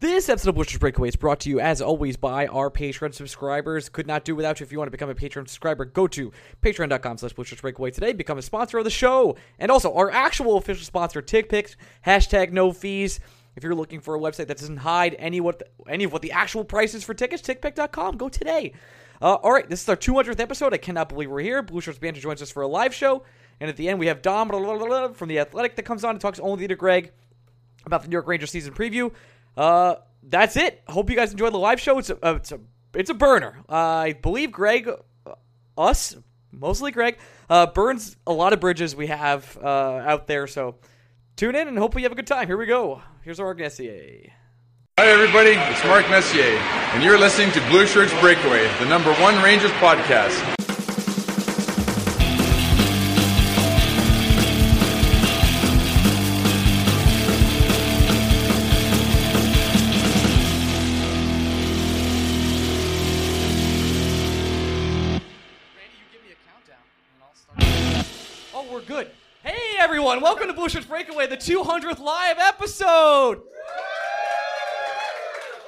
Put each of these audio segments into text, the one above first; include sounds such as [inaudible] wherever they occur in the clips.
This episode of Bush's Breakaway is brought to you, as always, by our Patreon subscribers. Could not do without you. If you want to become a Patreon subscriber, go to patreon.com slash Bush's Breakaway today. Become a sponsor of the show. And also, our actual official sponsor, TickPix, hashtag no fees. If you're looking for a website that doesn't hide any what any of what the actual price is for tickets, tickpick.com. Go today. Uh, all right, this is our 200th episode. I cannot believe we're here. Blue Shirts Banter joins us for a live show, and at the end we have Dom [laughs] blah, blah, blah, blah, from the Athletic that comes on and talks only to Greg about the New York Rangers season preview. Uh, that's it. Hope you guys enjoyed the live show. It's a uh, it's a it's a burner. Uh, I believe Greg, uh, us mostly Greg, uh, burns a lot of bridges we have uh, out there. So tune in and hopefully you have a good time. Here we go. Here's our Garcia. Hi, everybody. It's Mark Messier, and you're listening to Blue Shirts Breakaway, the number one Rangers podcast. Randy, you give me a countdown, and I'll start. Oh, we're good. Hey, everyone. Welcome to Blue Shirts Breakaway, the 200th live episode.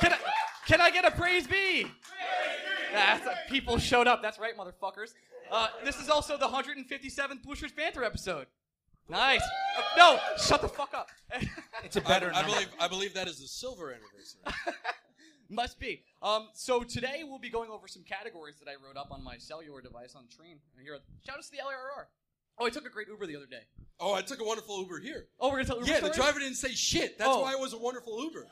Can I, can I get a praise B? That's people showed up. That's right, motherfuckers. Uh, this is also the 157th Blue Shirts Banter episode. Nice. Uh, no, shut the fuck up. [laughs] It's a better I, I believe I believe that is the silver anniversary. [laughs] Must be. Um, so today we'll be going over some categories that I wrote up on my cellular device on the train. Here, shout out to the LRR. Oh, I took a great Uber the other day. Oh, I took a wonderful Uber here. Oh, we're gonna tell Uber yeah, the stories? driver didn't say shit. That's Oh. why it was a wonderful [laughs] Uber.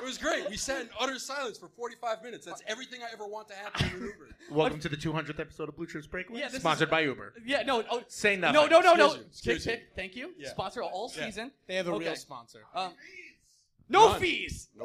it was great. We sat in utter silence for 45 minutes. That's everything I ever want to happen in an Uber. [laughs] Welcome to the 200th episode of Blue Shirts Breakaway, Yeah, this is- sponsored by Uber. Yeah, no. Oh, Say nothing. No, no, no, no. Excuse you, excuse Tick, you. tick, thank you. Yeah. Sponsor all Yeah. season. They have a Okay. real sponsor. Um, no None. fees. No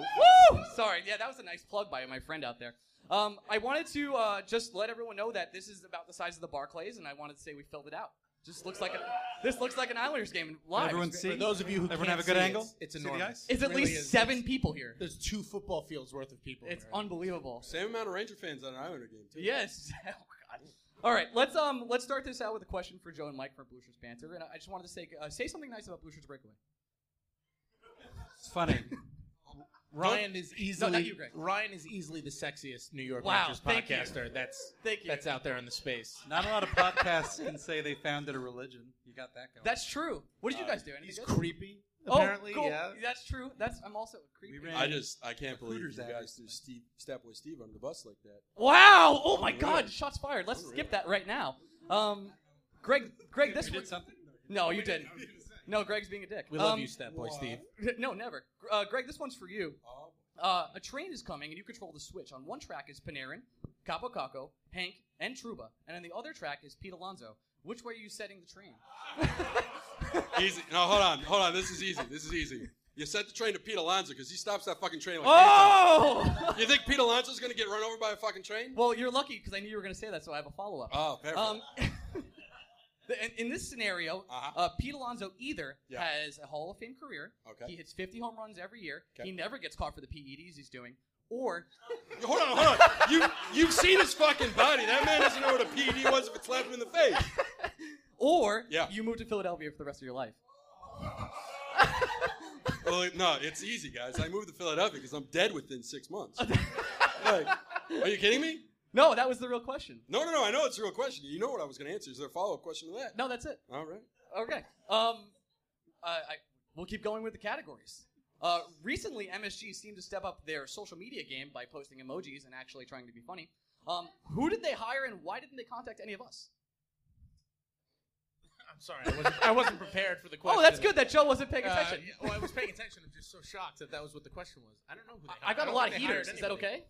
Woo! Sorry. Yeah, that was a nice plug by my friend out there. Um, I wanted to uh, just let everyone know that this is about the size of the Barclays, and I wanted to say we filled it out. Just looks like a, this looks like an Islanders game live. Everyone It's- see? For those of you who Everyone can't have a good see, angle? it's, it's See the enormous. ice? It's at Really least is. seven people here. There's two football fields worth of people. It's here. unbelievable. Same amount of Ranger fans on an Islander game, too. Yes. [laughs] Oh, God. All right, let's um let's start this out with a question for Joe and Mike from Blue Shirts Banter, and I I just wanted to say uh, say something nice about Blue Shirts Breakaway. It's funny. Ryan is easily not you, Greg. Ryan is easily the sexiest New York Wow, Rangers thank you. podcaster. That's Thank you. that's out there in the space. Not a lot of podcasts can say they founded a religion. You got that going. That's true. What did you guys do? Anything He's good? creepy. Oh, Apparently, cool. yeah. That's true. That's I'm also creepy. We ran- I just I can't believe you Hooters ad guys threw recently. Steve Statboy Steve under the bus like that. Wow! Oh my Unreal. God! Shots fired. Let's skip Unreal. that right now. Um, Greg, Greg, this you did was- something. No, you didn't. No, Greg's being a dick. We love Um, you, Stat Boy what? Steve. [laughs] No, never. Gr- Uh, Greg, this one's for you. Oh, Uh, a train is coming, and you control the switch. On one track is Panarin, Capo Caco, Hank, and Truba, and on the other track is Pete Alonso. Which way are you setting the train? easy. No, hold on, hold on. This is easy. This is easy. You set the train to Pete Alonso because he stops that fucking train like eight Oh! times. You think Pete Alonso's gonna get run over by a fucking train? well, you're lucky because I knew you were going to say that, so I have a follow up. Oh, fair. Um, [laughs] the- in, in this scenario, uh Uh-huh. Pete Alonso either Yeah. has a Hall of Fame career. Okay. He hits 50 home runs every year. Okay. He never gets caught for the PEDs he's doing. Or [laughs] Hold on, hold on. You you've seen his fucking body. That man doesn't know what a PED was if it slapped him in the face. [laughs] or Yeah. you move to Philadelphia for the rest of your life. Well, no, it's easy, guys. I moved to Philadelphia because I'm dead within [laughs] six months. Like, are you kidding me? No, that was the real question. No, no, no. I know it's a real question. You know what I was going to answer. Is there a follow up question to that? No, that's it. All right. Okay. Um, uh, I, we'll keep going with the categories. Uh, recently, MSG seemed to step up their social media game by posting emojis and actually trying to be funny. Um, who did they hire and why didn't they contact any of us? I'm sorry, I wasn't, I wasn't prepared for the [laughs] question. Oh, that's good that Joe wasn't paying Uh, attention. yeah, well, I was paying attention. I'm just so shocked that that was what the question was. I don't know who they hired. I got a a lot of heaters. Is that okay?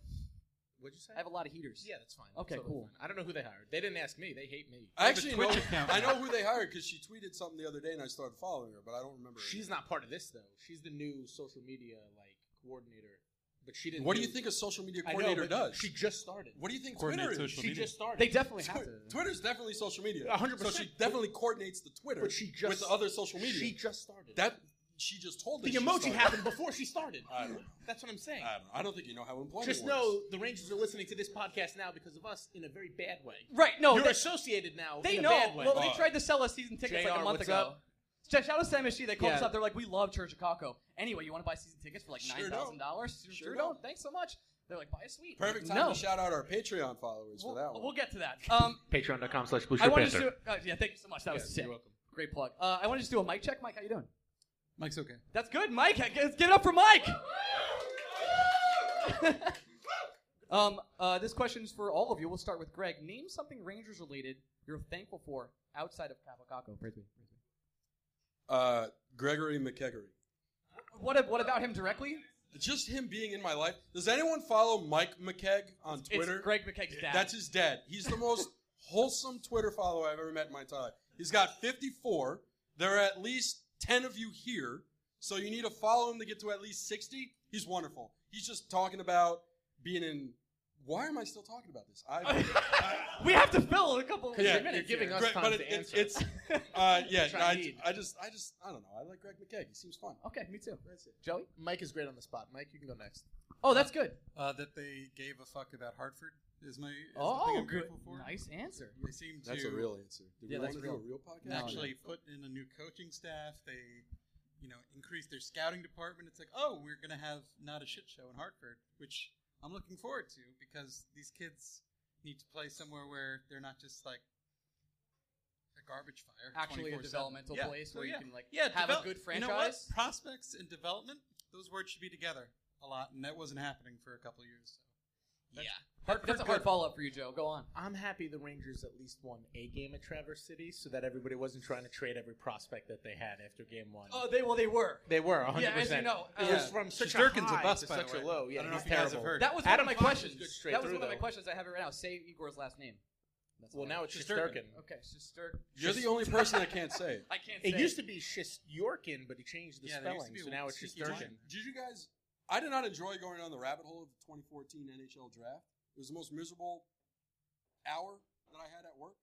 What'd you say? I have a lot of heaters. Yeah, that's fine. Okay, That's totally cool. fine. I don't know who they hired. They didn't ask me. They hate me. I actually know, Twitch account. I know who they hired because she tweeted something the other day and I started following her, but I don't remember. her She's name. not part of this though. She's the new social media like coordinator, but she didn't. What do you think a social media I know, coordinator but does? She just started. what do you think Coordinate Twitter is? social she media. just started. They definitely have Twi- to. Twitter's definitely social media. A hundred So she percent. definitely coordinates the Twitter But she just with the other social media. She just started. that she just told the us she emoji started. happened before she started. [laughs] I don't know. That's what I'm saying. I don't, Um, I don't think you know how employment just works. know the Rangers are listening to this podcast now because of us in a very bad way. Right, no, You're they, associated now. they in know. A bad way. Well, they Uh, tried to sell us season tickets like JR, a month what's ago. up? Sh- Shout out to Sam and She. They called Yeah. us up. They're like, we love Church of Caco. Anyway, you want to buy season tickets for like Sure nine thousand dollars? Sure don't. Thanks so much. They're like, buy a suite. Perfect time no. to shout out our Patreon followers We'll, for that one. we'll get to [laughs] that. Um, Patreon.com slash Blue I Shirt want to Panther. do. Uh, yeah, thank you so much. That was sick. You're welcome. Great plug. Uh, I want to just do a mic check. Mike, how you doing? Mike's okay. That's good, Mike. Let's Give it up for Mike. [laughs] um, uh, this question's for all of you. We'll start with Greg. Name something Rangers related you're thankful for outside of Capocaco. Praise me. praise me. uh, Gregory McKeggery. What, ab- what about him directly? Just him being in my life. Does anyone follow Mike McKeg on Twitter? It's Greg McKeg's dad. That's his dad. He's [laughs] the most wholesome Twitter follower I've ever met in my entire life. He's got 54. There are at least 10 of you here, so you need to follow him to get to at least 60. He's wonderful. He's just talking about being in. Why am I still talking about this? [laughs] I, [laughs] we have to fill a couple of Yeah, you're minutes. giving here. us- Greg- time but to it, it's- answer. [laughs] it's uh, [laughs] yeah. Which I I, need. I just, I just, I don't know. I like Greg McKeg. He seems fun. Okay, me too. That's it. Joey? Mike is great on the spot. Mike, you can go next. Oh, that's good. Uh, that they gave a fuck about Hartford is my. Is the thing Oh, I'm good. grateful for. Nice answer. They seem to That's a real answer. Do Yeah, we that's want to do a real. real podcast? No, actually put in a new coaching staff. They, you know, increased their scouting department. It's like, oh, we're gonna have not a shit show in Hartford, which I'm looking forward to because these kids need to play somewhere where they're not just like a garbage fire. Actually, a 24/7. developmental Yeah, place so where yeah. you can like yeah, have develop- a good You franchise. know what? Prospects and development; those words should be together a lot, and that wasn't happening for a couple of years. So. Yeah. Hard, that's a hard follow up for you, Joe. Go on. I'm happy the Rangers at least won a game at Traverse City, so that everybody wasn't trying to trade every prospect that they had after game one. Oh, they well, they were. they were 100. Yeah, as you percent know, it uh, was from such Shosturkin's a a high bust, to by the such way. a low. Yeah, I don't know he's if you guys have terrible. heard. That was Adam one of my Fox is questions. good straight that was through, one of my though. questions I have right now. Say Igor's last name. That's Well, all. now it's Shosturkin. Shosturkin. okay, Sister. You're the only person that can't say it. [laughs] I can't. It say used to be Shosturkin, but he changed the Yeah, there used to spelling, be so a- now it's Did Shosturkin. Did you guys? I did not enjoy going on the rabbit hole of the 2014 NHL draft. It was the most miserable hour that I had at work.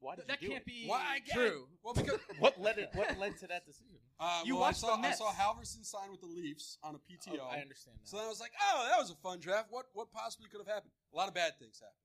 Why Th- did that you do can't it? be Why, I get it. true. [laughs] Well, because What led it? What led to that decision? uh, You well, I watched the saw I Mets. saw Halverson sign with the Leafs on a PTO. Oh, I understand so now. then I was like, oh, that was a fun draft. What what possibly could have happened? A lot of bad things happened.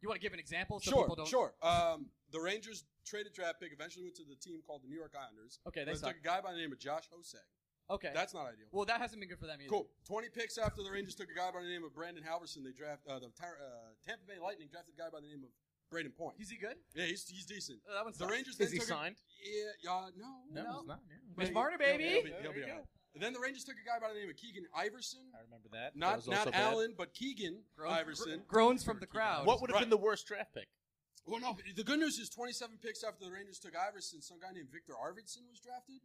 You want to give an example? So people sure, don't... sure. Um, the Rangers traded draft pick. Eventually went to the team called the New York Islanders. Okay, they But suck. took a guy by the name of Josh Hosang. Okay. That's not ideal. well, that hasn't been good for them either. Cool. 20 picks after the Rangers took a guy by the name of Brandon Halverson, they draft uh, the Tar- uh, Tampa Bay Lightning drafted a guy by the name of Braden Point. Is he good? yeah, he's, he's decent. Uh, that one's The Rangers then Is he took a- signed? yeah, uh, no, no. No. not. Mitch Marner, He'll baby. be, he'll be all right. And then the Rangers took a guy by the name of Keegan Iverson. I remember that. That Not was also not bad. Allen, but Keegan Groans- Iverson. gro- groans from the crowd. What would have Right. been the worst draft pick? well, no, but the good news is 27 picks after the Rangers took Iverson, some guy named Victor Arvidsson was drafted.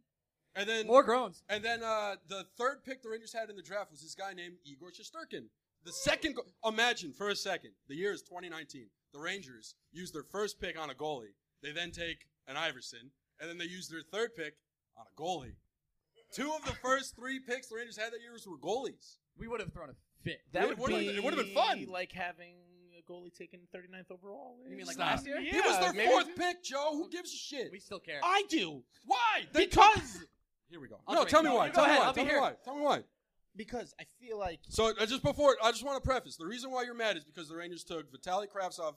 And then More groans. And then uh, the third pick the Rangers had in the draft was this guy named Igor Shesterkin. The second, go- imagine for a second, the year is 2019. The Rangers use their first pick on a goalie. They then take an Iverson, and then they use their third pick on a goalie. Two of the first three picks the Rangers had that year were goalies. We would have thrown a fit. That would be- it would've been fun. Like having a goalie taken 39th overall. You mean like Stop. last year? Yeah, He was their maybe- fourth pick, Joe. Who gives a shit? We still care. I do Why? They- because Here we go. I'll no, drink. tell me No, why. you go Tell me ahead. why. I'll be Tell me here. why. Tell me why. because I feel like So uh, just before, I just want to preface the reason why you're mad is because the Rangers took Vitaly Kravtsov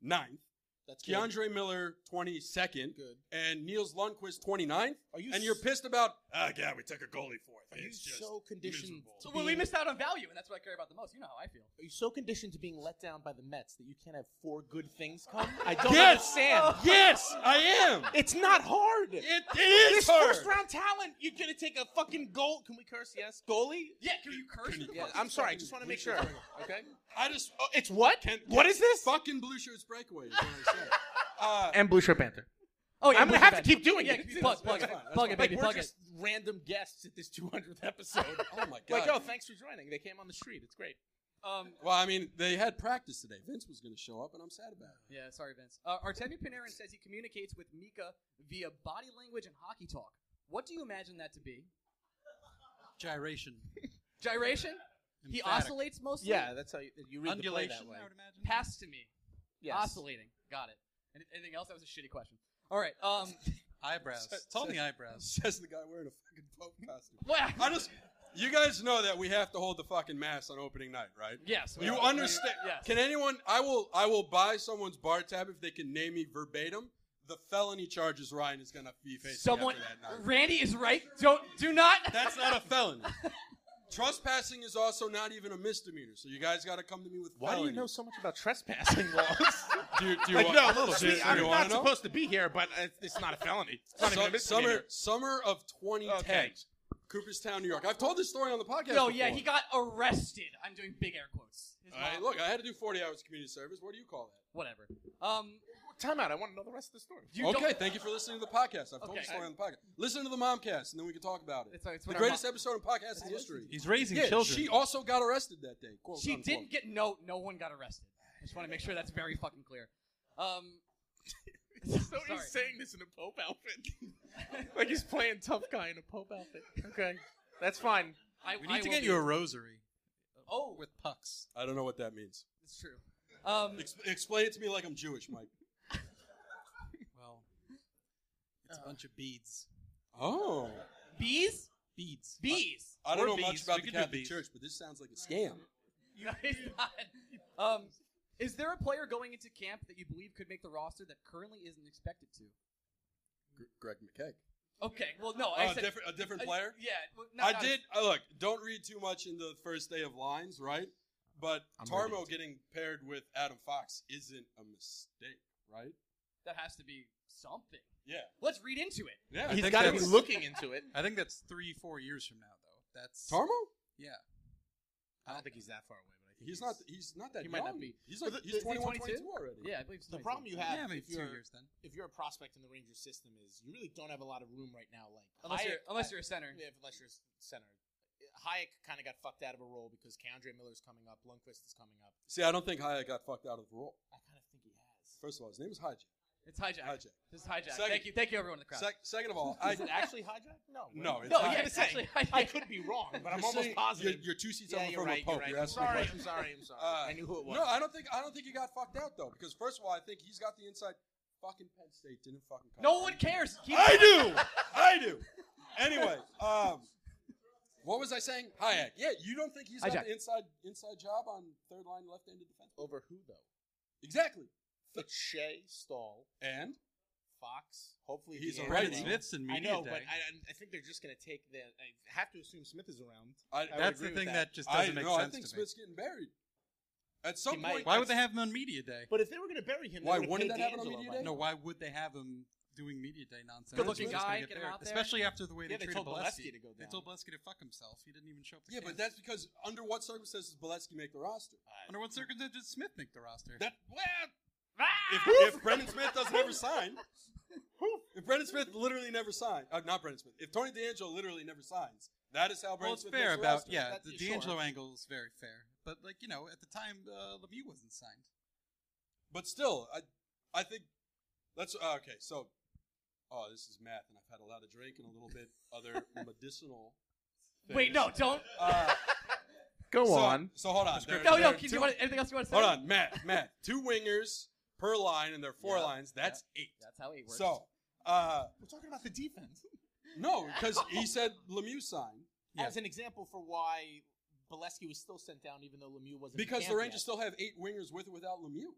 ninth, that's Keandre Miller 22nd, Good. and Niels Lundqvist 29th. Are you and you're s- pissed about, oh, yeah, we took a goalie fourth. Are you It's just so conditioned? miserable." to So well, we being- missed out on value, and that's what I care about the most. You know how I feel. Are you so conditioned to being let down by the Mets that you can't have four good things come? Oh. I don't Yes! understand. yes, I am. It's not hard. It, it is This hard. first round talent, you're gonna take a fucking goal. Can we curse? Yes, goalie. Yeah, can you curse? Can you- Yeah, I'm sorry. I just want to make sure. Okay. I just, oh, It's what? What is this? Fucking blue shirts breakaway is what I said. uh, And Blue Shirt Panther. Oh yeah, I'm push gonna it have to back. keep doing yeah, it. Plug, plug it, That's fine, that's plug it, Like baby, we're plug just it. random guests [laughs] at this 200th episode. [laughs] oh, my God. like, oh, thanks for joining. They came on the street. It's great. Um, well, I mean, they had practice today. Vince was going to show up, and I'm sad about it. yeah, sorry, Vince. Uh, Artemi Panarin says he communicates with Mika via body language and hockey talk. What do you imagine that to be? Gyration. Gyration? He Emphatic. oscillates mostly. Yeah, that's how you, you read the play that Undulation, [laughs] I way. would imagine. Pass to me. Yes. Oscillating. Got it. Any- Anything else? That was a shitty question. All right. Um. Eyebrows. Says- Tell me says- eyebrows. Says the guy wearing a fucking Pope costume. well, I just, you guys know that we have to hold the fucking mask on opening night, right? yes. You well, understand? Yes. Can anyone? I will. I will buy someone's bar tab if they can name me verbatim the felony charges Ryan is going to be facing. Someone, after that night. Randy is right. Don't do not. That's not a [laughs] felony. Trespassing is also not even a misdemeanor, so you guys got to come to me with Why do you know felonies. so much about trespassing [laughs] laws? Do you, do you like, want, no, little do you- see, do I'm you not wanna know? supposed to be here, but it's, it's not a felony. It's not even a Su- summer, misdemeanor. summer of 2010, Okay. Cooperstown, New York. I've told this story on the podcast. No, yeah, before. he got arrested. I'm doing big air quotes. His All right, mom- look, I had to do 40 hours of community service. What do you call that? whatever. Um, Time out. I want to know the rest of the story. you okay, don't. thank you for listening to the podcast. I've told Okay. the story on the podcast. Listen to the Momcast, and then we can talk about it. It's- it's the what our greatest mom- episode in podcasting history. He's raising yeah, children. she also got arrested that day. Quote, She unquote. didn't get no. No one got arrested. I just want to make sure that's very fucking clear. Um, [laughs] So Sorry. he's saying this in a Pope outfit. [laughs] like he's playing tough guy in a Pope outfit. Okay. That's fine. [laughs] I, we I need to will get be- you a rosary Oh, with pucks. I don't know what that means. it's true. Um, Ex- explain it to me like I'm Jewish, [laughs] Mike. Well, it's a bunch of beads. Oh. bees, Beads. bees. I don't Or know much bees. about We the could do Catholic bees. Church, but this sounds like a scam. [laughs] No, it's not. Um, is there a player going into camp that you believe could make the roster that currently isn't expected to? Gr- Greg McKay. Okay, well, no, I Oh, a, said different, a different I- player? yeah, well, no, I no, did. Uh, look, don't read too much into the first day of lines, right? But I'm reading Tarmo it. getting paired with Adam Fox isn't a mistake, right? That has to be something. Yeah. Let's read into it. Yeah. He's think got to be that's- looking into it. [laughs] I think that's three, four years from now, though. That's Tarmo? yeah. I don't think he's that far away. But I think He's not. He's not that. He might not be. young. He's like But the- is he's he 21, 22? 22 already. Yeah, I believe The problem you have yeah, maybe if, two you're, years then. if you're a prospect in the Ranger system is you really don't have a lot of room right now. Like unless Hayek- you're unless you're a center. Yeah, unless you're a center. Hayek kind of got fucked out of a role because Keandre Miller's coming up, Lundqvist is coming up. See, I don't think Hayek got fucked out of the role. I kind of think he has. First of all, his name is Hayek. It's hijack. Hijack. This is hijack. Second. Thank you, thank you, everyone in the crowd. Sec- second of all, I Is it actually hijack? No. [laughs] no. right? It's no, Hayek. yeah, I'm it's saying, actually I hijack. could be wrong, [laughs] but I'm You're almost saying positive. You're, you're two seats yeah, over you're from right, a pope. you're right. You're I'm asking me a sorry, I'm sorry, question. I'm sorry. Uh, I knew who it was. No, I don't think I don't think he got fucked out though, because first of all, I think he's got the inside. Fucking Penn State didn't fucking. Come No one cares. Keep- I do. I do. [laughs] Anyway, um, what was I saying? Hayek. Yeah, you don't think he's got Hijack. the inside inside job on third line left-handed defense? Over who, though? Exactly. It's Shea, Stahl, and Fox. Hopefully He's D'Angelo. a righty. Brandon Smith's in I media know, day. but I, I think they're just going to take the. I have to assume Smith is around. I, I would that's agree the with thing that. that, just I, doesn't make no, I sense think [laughs] to me. Smith's getting buried. At some He might. point, Why would they have him on media day? But if they were going to bury him, they Why would've wouldn't paid that happen on D'Angelo media by day? now. No, why would they have him doing media day nonsense? Good-looking He's just gonna guy, get him out there. Especially after the way Yeah, they they, told treated Bolesky Bolesky to go They down. told Bolesky to fuck himself. He didn't even show up. To Yeah, but camp. that's because under what circumstances does Boletsky make the roster? under what circumstances did Smith make the roster? That well, Ah! [laughs] if, if Brendan Smith doesn't ever sign, if Brendan Smith literally never signs, uh, not Brendan Smith. If Tony D'Angelo literally never signs, that is how well, Brendan it's Smith fair makes the about roster. yeah. That's- the sure. D'Angelo angle is very fair, but like you know, at the time uh, Lemieux wasn't signed. But still, I I think that's uh, okay. So, oh, this is math, and I've had a lot of drink and a little bit other [laughs] medicinal. Wait, no, don't. [laughs] Uh, Go so, So hold on. There- No, there no. are Keith, two- you want anything else you want to say? hold on, Matt. Matt, [laughs] two wingers per line, and there are four Yeah. lines. That's eight. That's how he works. So, uh, [laughs] We're talking about the defense. no, because [laughs] [laughs] he said Lemieux signed Yeah. As an example for why Bolesky was still sent down, even though Lemieux wasn't. in because the camp Rangers yet. still have eight wingers with or without Lemieux.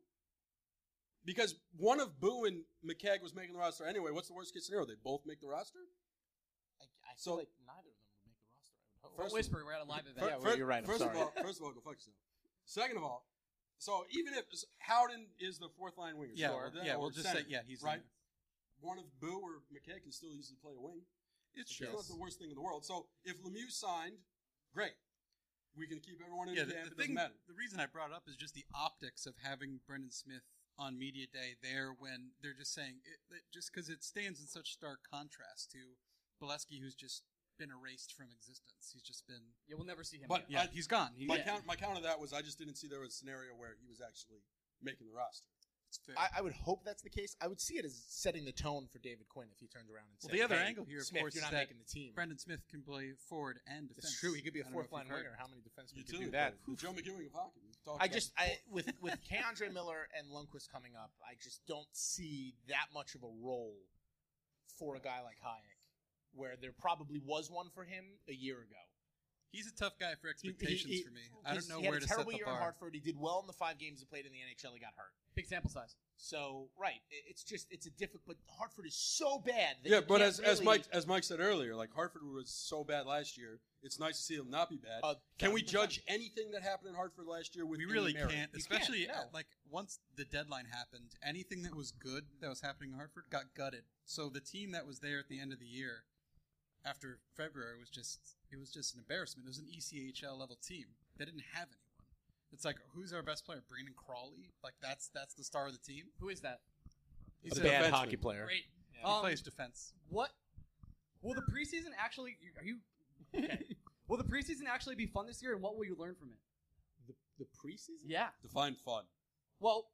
Because one of Boo and McKeg was making the roster anyway. What's the worst case scenario? They both make the roster. I, I feel So- like neither of them would make the roster. I would hope. Don't First- whisper. We're at a live event. Fir- Yeah, well, you're right. I'm first sorry. of all, first of all, go fuck yourself. Second of all, so even if Howden is the fourth line winger, Yeah, so- well, yeah. or We'll just center, say yeah. He's in right. there. One of Boo or McKay can still usually play a wing. It's It's not just the worst thing in the world. So if Lemieux signed, great. We can keep everyone in yeah. the The, camp. the it doesn't thing, matter. the reason I brought it up is just the optics of having Brendan Smith on media day there when they're just saying it, it just because it stands in such stark contrast to Bolesky, who's just been erased from existence. He's just been Yeah, we'll never see him. But- again. yeah. I- he's gone. He, My Yeah. count, my count of that was I just didn't see there was a scenario where he was actually making the roster. it's fair. I, I would hope that's the case. I would see it as setting the tone for David Quinn if he turned around and Well, said, the other "Hey, angle here, of Smith, course, you're is not that making the team." Brendan Smith can play forward and defense. it's true. He could be a I don't know if fourth line you've heard. winger. How many defensemen could Utility do that? player, the Joe McEwen of hockey. We've talked I about just it I, before. with with [laughs] Keandre Miller and Lundqvist coming up, I just don't see that much of a role for a guy like Hayek, where there probably was one for him a year ago, He's a tough guy for He- he- expectations he- for me. I he's- don't know he had where a to set terrible the year in bar. Hartford. He did well in the five games he played in the NHL. He got hurt. Big sample size. So right, i- it's just it's a difficult. But Hartford is so bad. That Yeah, you but can't as, as really- Mike as Mike said earlier, like Hartford was so bad last year. It's nice to see them not be bad. Uh, Can we 100%. judge anything that happened in Hartford last year with We really merit? can't, You especially can't, no. uh, like once the deadline happened. Anything that was good that was happening in Hartford got gutted. So the team that was there at the end of the year, after February, was just it was just an embarrassment. It was an E ECHL level team. They didn't have anyone. It's like who's our best player? Brandon Crawley. Like that's that's the star of the team. Who is that? He's a defenseman. player. Great. He Um, plays defense. What? Will the preseason actually? Are you? Okay. [laughs] will the preseason actually be fun this year, and what will you learn from it? The, the preseason. Yeah. Define fun. Well,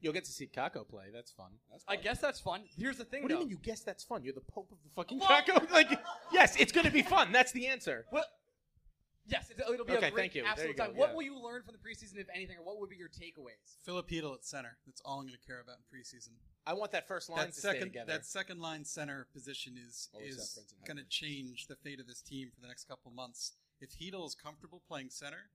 You'll get to see Kako play. That's fun. That's I fun. guess that's fun. Here's the thing, What do though. you mean? You guess that's fun? You're the Pope of the fucking Well- Kako. [laughs] Like, yes, it's going to be fun. That's the answer. Well, yes, it'll, it'll be Okay, a great thank you. There absolute you go, time. What yeah. will you learn from the preseason, if anything, or what would be your takeaways? Philip Hedel at center. That's all I'm going to care about in preseason. I want that first line That to stay second, together. that second line center position is Always that is Brenton Hyde. going to change the fate of this team for the next couple months. If Hedel is comfortable playing center,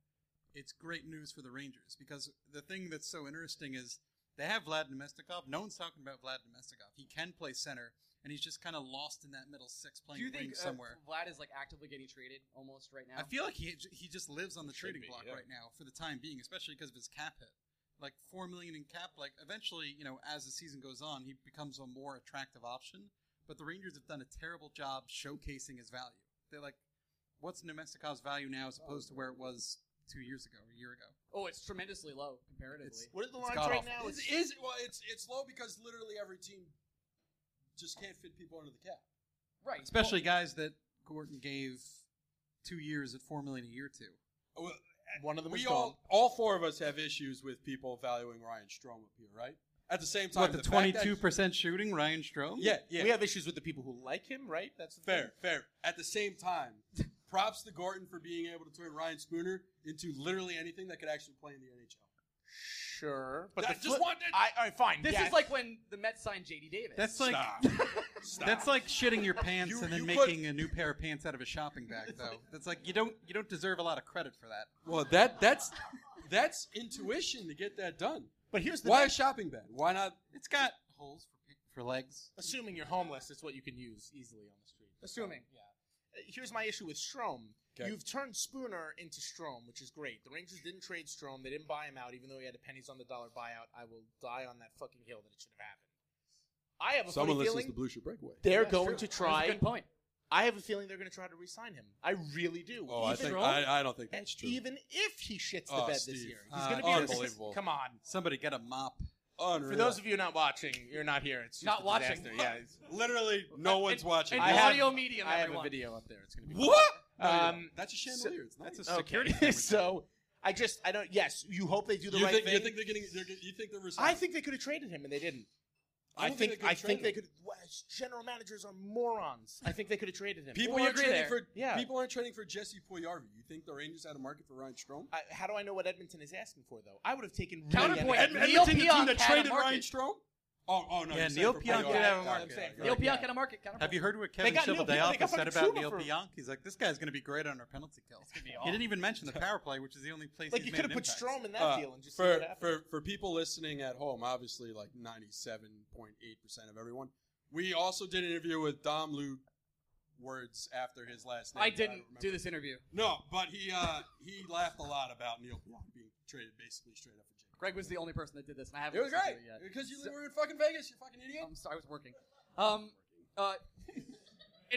it's great news for the Rangers because the thing that's so interesting is they have Vlad Domestikov. No one's talking about Vlad Domestikov. He can play center, and he's just kind of lost in that middle six Do playing you wing think uh, somewhere. Vlad is like actively getting traded almost right now? I feel like he he just lives on the Should trading be, block yeah. right now for the time being, especially because of his cap hit. Like four million in cap, like eventually, you know, as the season goes on, he becomes a more attractive option. But the Rangers have done a terrible job showcasing his value. They're like, what's Nemestikov's value now as opposed to where it was two years ago, a year ago? Oh, it's tremendously low comparatively. It's- what are the it's lines god right awful. now? Is, is well, it's it's low because literally every team just can't fit people under the cap. right. Especially guys that Gordon gave two years at four million a year to. Oh, Well, one of them is we gone. all all four of us have issues with people valuing Ryan Strom up here, right? At the same time, What the fact that- twenty-two percent shooting, Ryan Strome? Yeah, yeah. We have issues with the people who like him, right? That's the thing. Fair, fair. At the same time, [laughs] props to Gordon for being able to turn Ryan Spooner into literally anything that could actually play in the NHL. Sure, but I the just flip- wanted- I, all right, [laughs] fine. This yeah. is like when the Mets signed JD Davis. That's like [laughs] Stop. That's like shitting your pants You- and then you making a new pair of pants out of a shopping bag, though. That's like you don't you don't deserve a lot of credit for that. well, that that's that's intuition to get that done. But here's the Why a thing. shopping bag? Why not? It's got holes for, for legs. Assuming you're homeless, it's what you can use easily on the street. Assuming. So, yeah. Uh, Here's my issue with Strom. 'Kay. You've turned Spooner into Strom, which is great. The Rangers didn't trade Strom; they didn't buy him out, even though he had a pennies on the dollar buyout. I will die on that fucking hill that it should have happened. I have a Someone funny listens feeling to Blue Shirt Breakaway. they're That's going true. to That's try. a good point. I have a feeling they're going to try to re-sign him. I really do. Oh, I Even- think I, I don't think and that's true. even if he shits the Oh, bed this Steve. year, he's Uh, going to be unbelievable. [laughs] Come on. Somebody get a mop. Unreal. For those of you not watching, you're not here. It's just Not a watching. disaster. Yeah, [laughs] it's- [laughs] literally no one's watching. And I have- audio medium, I have everyone. a video up there. It's going to be what? Um, Oh, that's a so- chandelier. it's nice. That's a security. [laughs] Okay. camera job. so I just I don't. Yes, you hope they do the you, right think, thing. you think they're getting? They're, get- you think they're? I resigning? think they could have traded him and they didn't. I I don't think think they I could've think they traded could. Wow, General managers are morons. I think they could have traded him. people we aren't agree trading there. for. Yeah. People aren't trading for Jesse Puljujarvi. You think the Rangers had a market for Ryan Strom? I, how do I know what Edmonton is asking for though? I would have taken Counterpoint. Really Ed- Neil Pionk had a market. Ryan Strom? Oh, oh no. Yeah, you said Neil for Pionk Puljujarvi. did have a Yeah, market. I'm saying for- Neil Pionk and a market counterpoint. Have you heard what Kevin got Neil Pionk, they Shiveldayoff got said fucking about Truba Neil for- Pionk? He's like, this guy's going to be great on our penalty kill. gonna be He awful. didn't even mention the power play, which is the only place Like he's you made could have an put impact. Strom in that Uh, deal and just see for, what happened. for for people listening at home, obviously like ninety seven point eight percent of everyone. We also did an interview with Dom Lou words after his last name. I but don't didn't do remember. this interview. No, but he uh, he laughed a lot about Neil Pionk being traded basically straight up for Jake. Greg was the only person that did this, and I haven't. It was listened to great yet. because you So- were in fucking Vegas, you fucking idiot. I'm sorry, I was working. Um, uh, and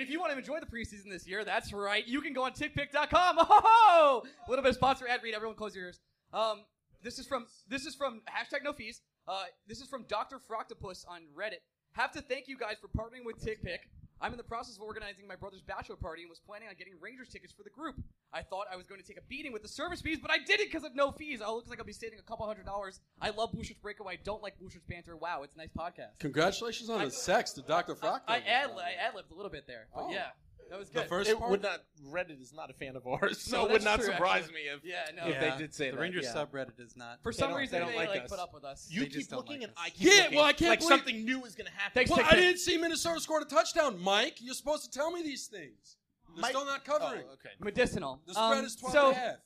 if you want to enjoy the preseason this year, that's right. You can go on [laughs] tickpick.com. Oh, a little bit of sponsor ad read. Everyone, close your ears. Um, this is from this is from hashtag no fees. Uh, this is from Doctor Froctopus on Reddit. Have to thank you guys for partnering with TickPick. I'm in the process of organizing my brother's bachelor party and was planning on getting Rangers tickets for the group. I thought I was going to take a beating with the service fees, but I didn't because of no fees. Oh, looks like I'll be saving a couple hundred dollars. I love Boucher's Breakaway. I don't like Boucher's Banter. Wow, it's a nice podcast. Congratulations on I- the sex to Dr. Frock. I ad I ad libbed a little bit there, but Oh. yeah, that was the good. first it part? would not. Reddit is not a fan of ours, so No, it would that's not true, surprise actually. me if yeah, no. if they did say The that. Rangers yeah. subreddit is not. for they some don't- reason they they, don't like, like us. put up with us. You They just keep don't looking like and us. I keep Yeah, looking. well, I can't like believe- something new is going to happen. Thanks, Well, Tick I Pick. didn't see Minnesota scored a touchdown, Mike. You're supposed to tell me these things. They're Mike- still not covering. Oh, okay. Medicinal. The spread Um, is 12 so, and a half.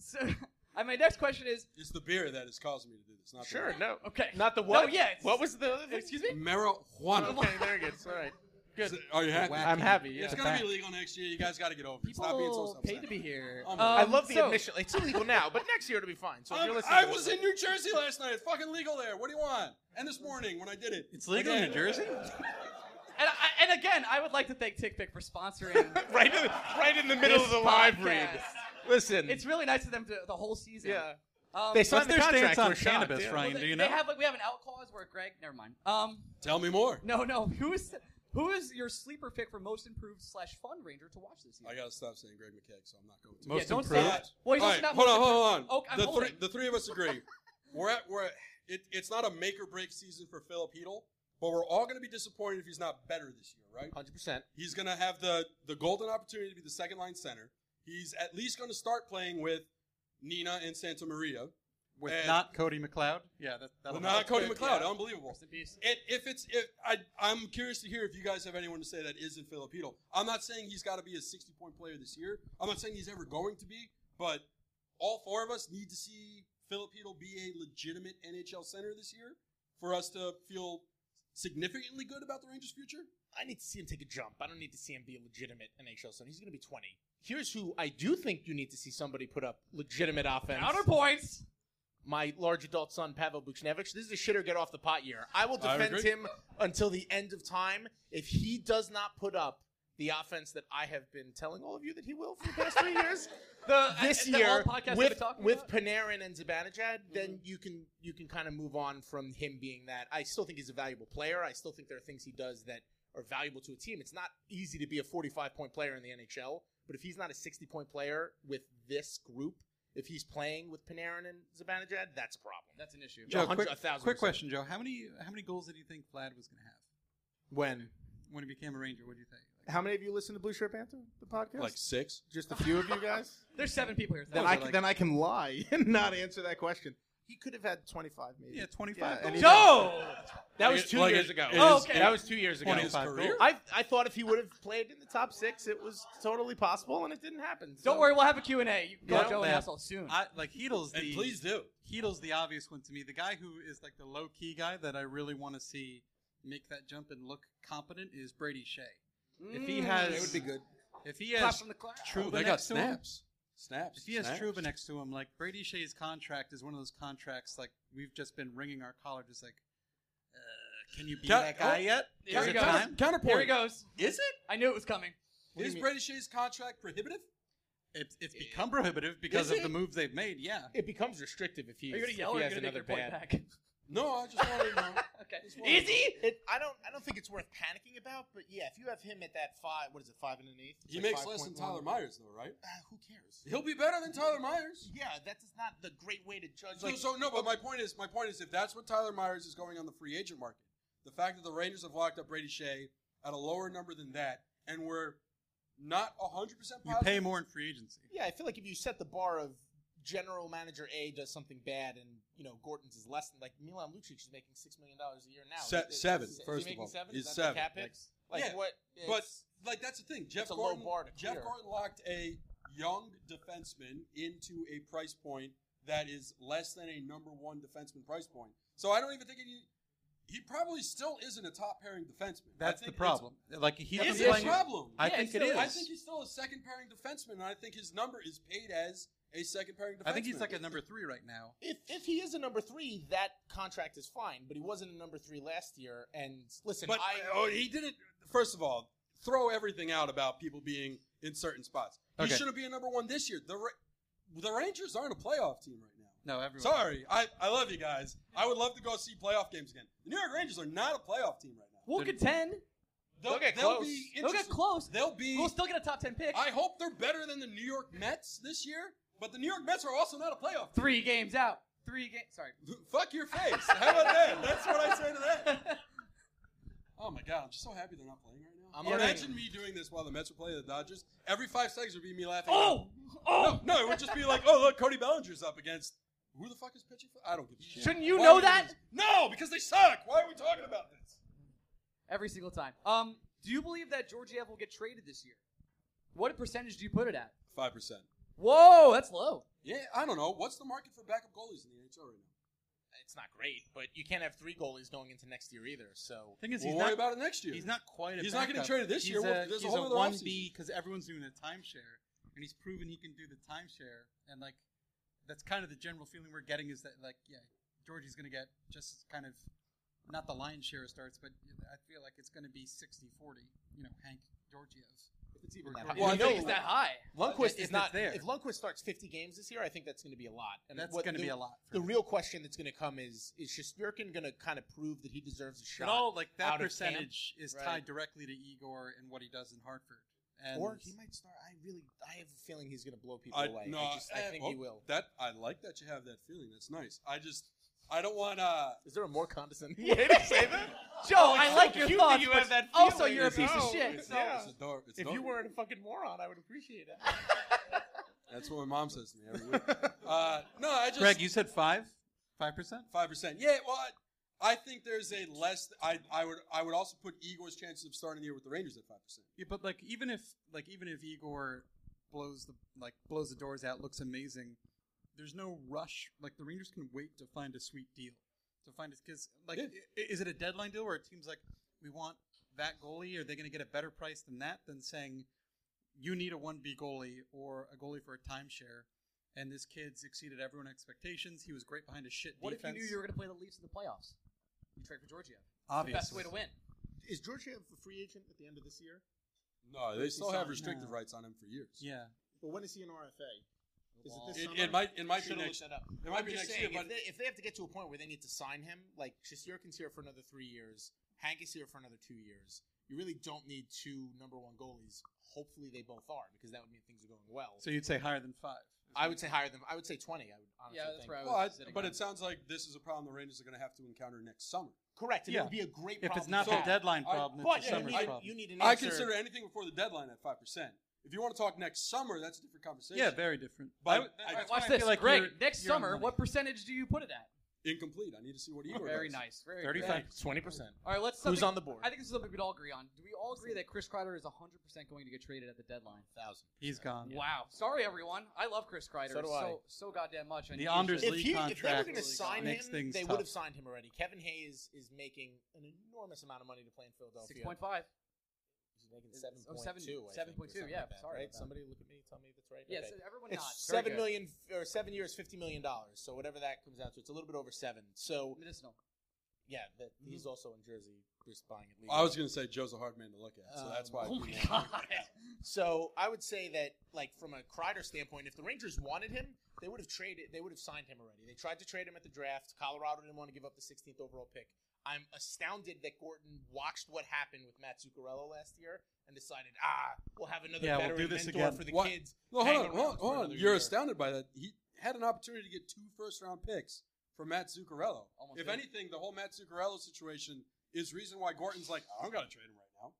So, [laughs] and my next question is, It's the beer that is causing me to do this. Not the Sure. wine. No. okay, Not the No, what? yeah, it's- What was the other thing? excuse me. Marijuana. Okay, there it is. All right. Good. Is it- Are you happy? Whack. I'm happy. Yeah. It's gonna be legal next year. You guys got to get over it. Stop being so People pay self-centered. to be [laughs] here. Oh Um, my I love the so, admission. It's illegal now, but next year it'll be fine. So if I'm- you're listening, Um, I to this- was in New Jersey last night. It's fucking legal there. What do you want? And this morning when I did it, It's legal in Again. New Jersey? And, I, and again, I would like to thank TickPick for sponsoring. [laughs] right, in the, right in the middle This of the live read. podcast. Listen. it's really nice of them to, the whole season. yeah. Um, They signed What's the their contract. stance on we're shocked, cannabis, yeah. Well, Ryan? Do they, you they know? have like we have an out clause where Greg. Never mind. Um, Tell me more. no, no. [laughs] Who's who is your sleeper pick for most improved slash fun ranger to watch this year? I gotta stop saying Greg McKeag, so I'm not going to. Most yeah, don't say improved? that. Well, he's All just not right, hold on, most hold on, improved. hold Oh, on. I'm the, three, holding. the three of us [laughs] agree. we're at we're at, it, it's not a make or break season for Philip Hedel, but we're all gonna be disappointed if he's not better this year, right? 100%. He's going to have the, the golden opportunity to be the second line center. He's at least going to start playing with Nina and Santa Maria. With And- not Cody McLeod? Yeah, that, that'll Well, not Cody help. McLeod. Unbelievable. Rest in peace. It, if it's if I, I'm curious to hear if you guys have anyone to say that isn't Filipino. I'm not saying he's got to be a 60 point player this year. I'm not saying he's ever going to be, but all four of us need to see Filipino be a legitimate NHL center this year for us to feel significantly good about the Rangers' future. I need to see him take a jump. I don't need to see him be a legitimate NHL son. He's going to be 20. Here's who I do think you need to see somebody put up legitimate offense. Counterpoints. My large adult son, Pavel Buchnevich. This is a shit or get off the pot year. I will I would defend agree. him until the end of time if he does not put up the offense that I have been telling all of you that he will for the past three [laughs] years. The this and the year all podcast that we're with talking with about? Panarin and Zibanejad, then you can you can kind of move on from him being that. I still think he's a valuable player. I still think there are things he does that are valuable to a team. It's not easy to be a 45 point player in the NHL, but if he's not a 60 point player with this group, if he's playing with Panarin and Zibanejad, that's a problem. That's an issue. Yeah. Joe, 100 quick, 1,000%. quick question, Joe. How many how many goals did you think Vlad was going to have When when he became a Ranger? What do you think? Like, how many of you listen to Blue Shirt Panther the podcast? Like six. just a few of you guys. [laughs] There's seven people here. then was I it, can like- then I can lie and not answer that question. He could have had 25 maybe. yeah, twenty five. and he- Joe. That Like was it- two like years it- ago. it Oh, is- okay. That was two years ago. In his career? I, I thought if he would have played in the top six, it was totally possible, and it didn't happen. So. Don't worry, we'll have a Q and A. You can call Yeah. Joe and Yeah. Hassel soon. I, like Heedle's And the please do. Heedle's the obvious one to me. The guy who is like the low key guy that I really want to see make that jump and look competent is Brady Shea. If Mm, he has, It would be good. If he Clap has from the crowd. Truba Oh, they next got to him- snaps. Snaps. if he has snaps. Truba next to him, like Brady Shea's contract is one of those contracts like we've just been wringing our collar, just like, uh, can you be Can- that guy oh, yet? Here Is he it goes. time? Counterpoint. Here he goes. Is it? I knew it was coming. Is Brady Shea's contract prohibitive? It's, it's become prohibitive because Is of it? the moves they've made. Yeah. It becomes restrictive if he, Are you if gonna he yell or are you has gonna make another your point back? bad. No, I just want to know. [laughs] okay. Easy. It, I don't. I don't think it's worth panicking about. But yeah, if you have him at that five, what is it, five and an eighth? It's He like makes less than 5.1. Tyler Myers, though, right? Ah, who cares? He'll be better than Tyler Myers. Yeah, that's not the great way to judge. So, Like, so no, but my point is, my point is, if that's what Tyler Myers is going on the free agent market, the fact that the Rangers have locked up Brady Shea at a lower number than that, and we're not hundred percent You positive. pay more in free agency. Yeah, I feel like if you set the bar of general manager A does something bad and you know Gordon's is less than like Milan Lucic is making six million dollars a year now. Se- Is- is- seven, is he first of making all. seven? He's Is that the seven. cap hit? Like, Yeah, what? But it's- like that's the thing. Jeff a low Gordon, bar to Jeff clear. Gordon locked a young defenseman into a price point that is less than a number one defenseman price point. So I don't even think he he probably still isn't a top pairing defenseman. I That's think the it's- problem. Like he It's Is was it a playing- problem. I Yeah, think it's it still- is. I think he's still a second pairing defenseman, and I think his number is paid as a second pairing defenseman. I think he's like a number three right now. if if he is a number three, that contract is fine. But he wasn't a number three last year. And listen, But I oh, he didn't. First of all, throw everything out about people being in certain spots. He Okay. shouldn't be a number one this year. The Ra- the Rangers aren't a playoff team right now. No, everyone. Sorry, I, I love you guys. I would love to go see playoff games again. The New York Rangers are not a playoff team right now. We'll contend. They'll, They'll get close. be They'll get interesting. close. They'll be. We'll still get a top ten pick. I hope they're better than the New York Mets this year, but the New York Mets are also not a playoff. team. Three games out. Three games. Sorry. Fuck your face. How about that? [laughs] That's what I say to [laughs] that. Oh my god, I'm just so happy they're not playing right now. I'm Imagine me doing this while the Mets were playing the Dodgers. Every five seconds would be me laughing. oh, oh. no, no, it would just be like, oh look, Cody Bellinger's up against who the fuck is pitching for? I don't give a shit. Shouldn't you Why know would that? No, because they suck. Why are we talking about this? Every single time. Um, do you believe that Georgiev will get traded this year? What percentage do you put it at? Five percent. Whoa, that's low. Yeah, I don't know. Oh, What's the market for backup goalies in the NHL right now? It's not great, but you can't have three goalies going into next year either. So Thing is, We'll he's worry not, about it next year. He's not quite a He's not getting backup. traded this he's year. Well, A, there's a he's whole a other one offseason. B because everyone's doing a timeshare, and he's proven he can do the timeshare. And like, that's kind of the general feeling we're getting is that like, yeah, Georgie's going to get just kind of not the lion's share of starts, but I feel like it's going to be 60-40, You know, Hank Georgiev. If it's even that Well, high. Well, I I think know- it's that high. If Lundqvist it's is not there. If Lundqvist starts 50 games this year, I think that's going to be a lot. And that's what going to the- be a lot. For The him. real question that's going to come is: Is Shosturkin going to kind of prove that he deserves a shot? But all like out that of percentage is right? tied directly to Igor and what he does in Hartford. And or he [laughs] might start. I really, I have a feeling he's going to blow people away. no, I just, I eh, think well, he will. That I like that you have that feeling. That's nice. I just I don't want uh Is there a [laughs] more condescending Yeah. way to say that? Joe, I like your Oh, cute that thoughts, you but have that also feeling. you're a piece of No, shit. it's not. it's a door, it's If door. you weren't a fucking moron, I would appreciate [laughs] it. That's what my [laughs] mom says to me every week. uh no, I just Greg, you said five, five percent. five percent. Yeah, well I, I think there's a less I I would I would also put Igor's chances of starting the year with the Rangers at five percent. Yeah, but like even if like even if Igor blows the like blows the doors out, looks amazing. There's no rush. Like the Rangers can wait to find a sweet deal, to find it because like Yeah. i- is it a deadline deal where a team's like we want that goalie? Are they going to get a better price than that? Than saying you need a one B goalie or a goalie for a timeshare. And this kid's exceeded everyone expectations. He was great behind a shit What if you defense. knew you were going to play the Leafs in the playoffs? You trade for Georgia. Obviously. Best way to win. Is Georgiev a free agent at the end of this year? No, they still have Besides- restrictive No. rights on him for years. Yeah. But when is he an RFA? Is it this It, summer? it might it might be Should've next looked that up. it might I'm be just next saying, year, if, but- they, if they have to get to a point where they need to sign him, like Shosturkin's here for another three years, Hank is here for another two years. You really don't need two number one goalies. Hopefully, they both are because that would mean things are going well. So you'd say higher than five. I would say higher than I would say twenty. I would honestly Yeah, that's think. where I was Well, I- sitting but on. it sounds like this is a problem the Rangers are going to have to encounter next summer. Correct. And Yeah. It would be a great If problem it's not to the have. deadline I- problem, But it's the you, summer's need, problem. you need an answer. I consider anything before the deadline at five percent. If you want to talk next summer, that's a different conversation. Yeah, very different. But I would- I- that's Alright, why Watch I this, feel like Greg. you're- next you're on the summer, money. what percentage do you put it at? incomplete. I need to see what Igor Very does. nice. Very good. 35. twenty percent. All right, let's. Who's something- on the board? I think this is something we could all agree on. Do we all agree that Chris Kreider is 100 percent going to get traded at the deadline? thousand. He's gone. Wow. Sorry, everyone. I love Chris Kreider So do I. so, so goddamn much. And The he was Anders just- If, League he, if they were contract going to sign him, makes things they tough. would have signed him already. Kevin Hayes is making an enormous amount of money to play in Philadelphia. 6.5. He's making It's- seven oh, point seven- two. 7.2, yeah, sorry Right? about that. Somebody look at me. Tell me if it's right. Yes, Okay. everyone not. It's Very seven good. million or seven years, fifty million dollars. So whatever that comes out to, it's a little bit over seven. So Medicinal. Mm-hmm. yeah, that, he's also in Jersey, just buying it. I legally. was going to say Joe's a hard man to look at, so that's why. Um, I Oh my threw him out. god. [laughs] So I would say that, like from a Kreider standpoint, if the Rangers wanted him, they would have traded. They would have signed him already. They tried to trade him at the draft. Colorado didn't want to give up the 16th overall pick. I'm astounded that Gordon watched what happened with Matt Zuccarello last year and decided, ah, we'll have another Yeah, we'll veteran do this mentor again. for the What? kids. No, Hang hold on, around hold on, for hold on. another You're year. astounded by that. He had an opportunity to get two first round picks for Matt Zuccarello. Almost if did. anything, the whole Matt Zuccarello situation is reason why Gorton's like, I don't got to trade him right now.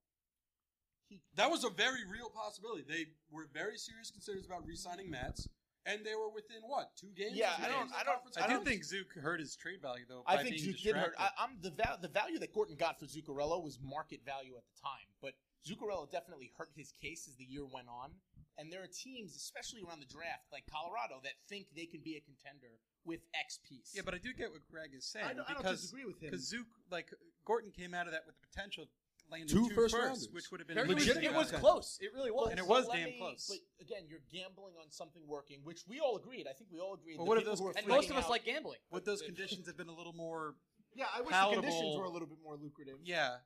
That was a very real possibility. They were very serious concerns about re-signing Matts, and they were within what two games? Yeah, Two I don't- games of I don't- conference I I don't do games? think Zook hurt his trade value though. I by think being Zook did hurt. distracted. I, I'm the val- the value that Gordon got for Zuccarello was market value at the time, but Zuccarello definitely hurt his case as the year went on. And there are teams, especially around the draft, like Colorado, that think they can be a contender with X piece. yeah, but I do get what Greg is saying I don't, I don't because disagree with him. because Zook like Gorton came out of that with the potential of landing Two two first firsts, rounders. which would have been Very good. legitimate It was outcome. close. It really was. and it So was let damn me- close. But again, you're gambling on something working, which we all agreed. I think we all agreed. But the what if people those- who are And freaking most of us out- like gambling. Would those conditions have been a little more? Yeah, I wish the conditions palatable- were a little bit more lucrative. Yeah,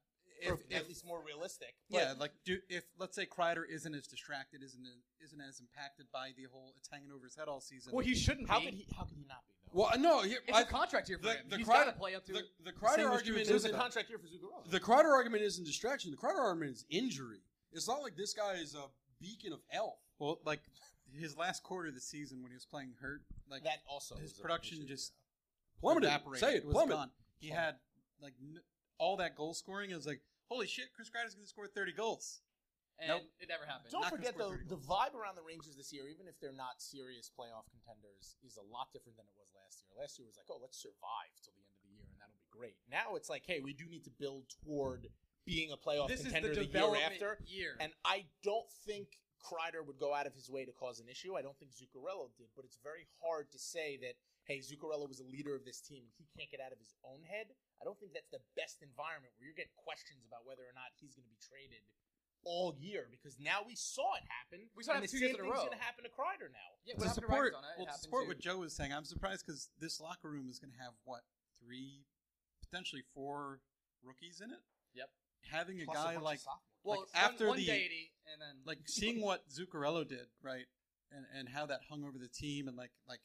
or if, at if, least more realistic. But yeah, like do, if let's say Kreider isn't as distracted, isn't as, isn't as impacted by the whole it's hanging over his head all season. Well, he shouldn't how be. could he? How could he not be though? Well, Uh, no, here, It's a I, contract here for the- him. the He's got Kreider- to play up to. the, the Same Kreider was argument It true with was a isn't contract year for Zuccarello. the Kreider argument isn't distraction. The Kreider argument is injury. It's not like this guy is a beacon of health. well, like his last quarter of the season when he was playing hurt, like that also his was a production issue, just Plummeted. evaporated. Say it. it was plummeted. gone. He had like n- all that goal scoring. It was like, holy shit, Chris Kreider's going to score 30 goals. and Nope. it never happened. Don't not gonna forget though, score thirty the vibe around the Rangers this year, even if they're not serious playoff contenders, is a lot different than it was last year. Last year was like, oh, let's survive till the end of the year, and that'll be great. Now it's like, hey, we do need to build toward being a playoff This is contender the year development after. year. And I don't think Kreider would go out of his way to cause an issue. I don't think Zuccarello did, but it's very hard to say that hey, Zuccarello was a leader of this team and he can't get out of his own head. I don't think that's the best environment where you're getting questions about whether or not he's going to be traded all year because now we saw it happen. We saw it and two the years in same a thing's row. going to happen to Kreider now. Yeah, to what happened to support, Rikers on it? It well, to happened support to- what Joe was saying, I'm surprised because this locker room is going to have what three, potentially four rookies in it. Yep. Having a Plus guy bunch of like sophomores. Well, like, after after one, the- deity, and then like seeing what Zuccarello did, right, and and how that hung over the team, and like like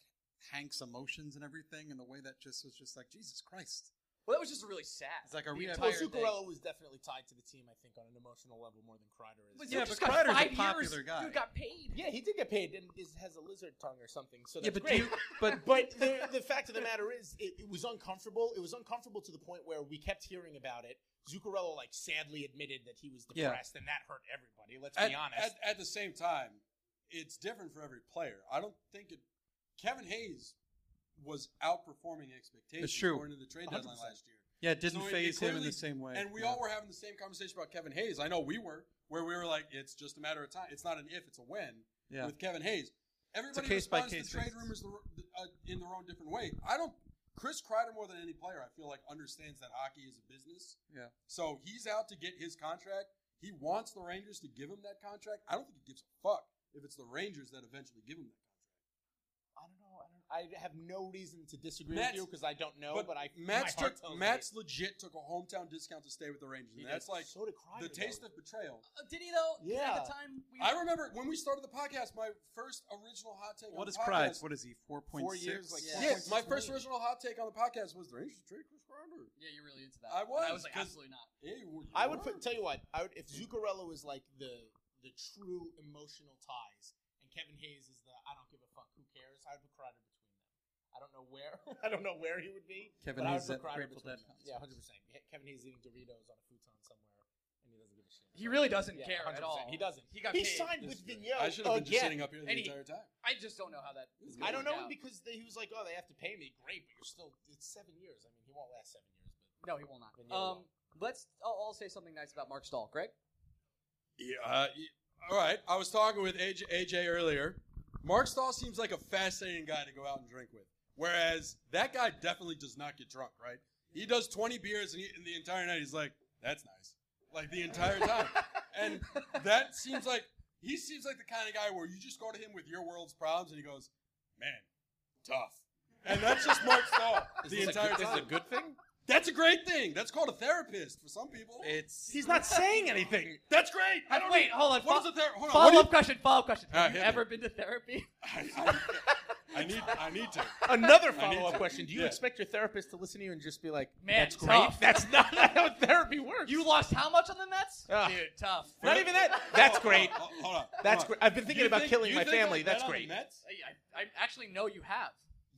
Hank's emotions and everything, and the way that just was just like Jesus Christ. well, that was just really sad. It's like, are The we entire Well, Kreider Zuccarello was definitely tied to the team, I think, on an emotional level more than Kreider is. But you Yeah, but just got Kreider's a five popular years, guy. Dude got paid. Yeah, he did get paid and is, has a lizard tongue or something. So that's Yeah, but great. [laughs] do you- but- but the, the fact of the matter is, it, it was uncomfortable. It was uncomfortable to the point where we kept hearing about it. Zuccarello like sadly admitted that he was Yeah. depressed, and that hurt everybody. Let's at, be honest. At, at the same time, it's different for every player. I don't think it. Kevin Hayes was outperforming expectations It's true. going into the trade deadline 100%. last year. Yeah, it didn't So it- it phase him in clearly- the same way. And we Yeah. all were having the same conversation about Kevin Hayes. I know we were, where we were like, it's just a matter of time. It's not an if, it's a when yeah. with Kevin Hayes. Everybody case by responds case to trade basis. rumors the, uh, in their own different way. I don't. Chris Kreider, more than any player, I feel like understands that hockey is a business. Yeah. So he's out to get his contract. He wants the Rangers to give him that contract. I don't think he gives a fuck if it's the Rangers that eventually give him that contract. I don't know. I, don't, I have no reason to disagree Matt's- with you because I don't know. But, I Matt's my heart took tells me Matt's legit took a hometown discount to stay with the Rangers, he and did. that's like so did Kreider, the taste though. of betrayal. Uh, did he though? 'Cause Yeah. At the time, we I remember when we started the podcast, my first original hot take. on What is the podcast, Pride? What is he? Four point Four six. years, like, Yeah. four Yeah, point my six first million. original hot take on the podcast was the Rangers should trade Chris Kreider. Yeah, you're really into that. I And I was, was like, 'cause- absolutely not. Yeah, you were- I would put. were. Tell you what, I would if Zuccarello is like the the true emotional ties, and Kevin Hayes is the I don't give a fuck, who cares? I would put Kreider between them. I don't know where. [laughs] I don't know where he would be. Kevin but I Hayes would at put Kreider Grateful between Dead them. concert. Yeah, hundred percent. Kevin Hayes eating Doritos on a futon somewhere, and he doesn't give a shit. He really doesn't Yeah, care at 100%. all. He doesn't. He got he paid. signed with Vigneault I should have been just again. sitting up here the And he- entire time. I just don't know how that. is I gonna work don't know him out. because they, he was like, "Oh, they have to pay me. Great, but you're still it's seven years. I mean, he won't last seven years, but No, he will not. Vigneault Um, won't. let's. I'll, I'll say something nice about Mark Stahl. Greg. Yeah, uh, y- all right. I was talking with AJ, AJ earlier. Mark Stahl seems like a fascinating guy to go out and drink with. Whereas that guy definitely does not get drunk, right? He does 20 beers and, he, and the entire night he's like, that's nice. Like the [laughs] entire time. and that seems like, he seems like the kind of guy where you just go to him with your world's problems and he goes, man, tough. And that's just Mark Stahl [laughs] the entire time. good thing? that's a great thing. That's called a therapist for some people. It's he's not saying anything. that's great. I don't Wait, need- hold on. What is Fo- a therapist? Hold on. what do Follow you- up question. Follow up question. All right, Have you Uh, hit me. ever been to therapy? [laughs] I, I, I need I need to. [laughs] Another I need follow up to. question. Do you Yeah. expect your therapist to listen to you and just be like, Man, that's great? tough. That's not [laughs] how therapy works. You lost how much on the Mets? Ah. Dude, tough. not [laughs] even that. That's great. Ho- Hold on. That's hold great. on. I've been thinking You about think- killing you my think family. I bet That's on the great. Mets? I, I, I actually know you have.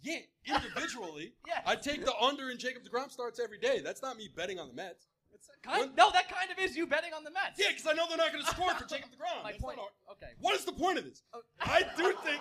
Yeah, [laughs] individually. Yes. I take the under in Jacob Degrom starts every day. That's not me betting on the Mets. Kind, no, that kind of is you betting on the Mets. Yeah, because I know they're [laughs] not going to score for Jacob Degrom. My That's point. not all- Okay. What is the point of this? Oh. I do think.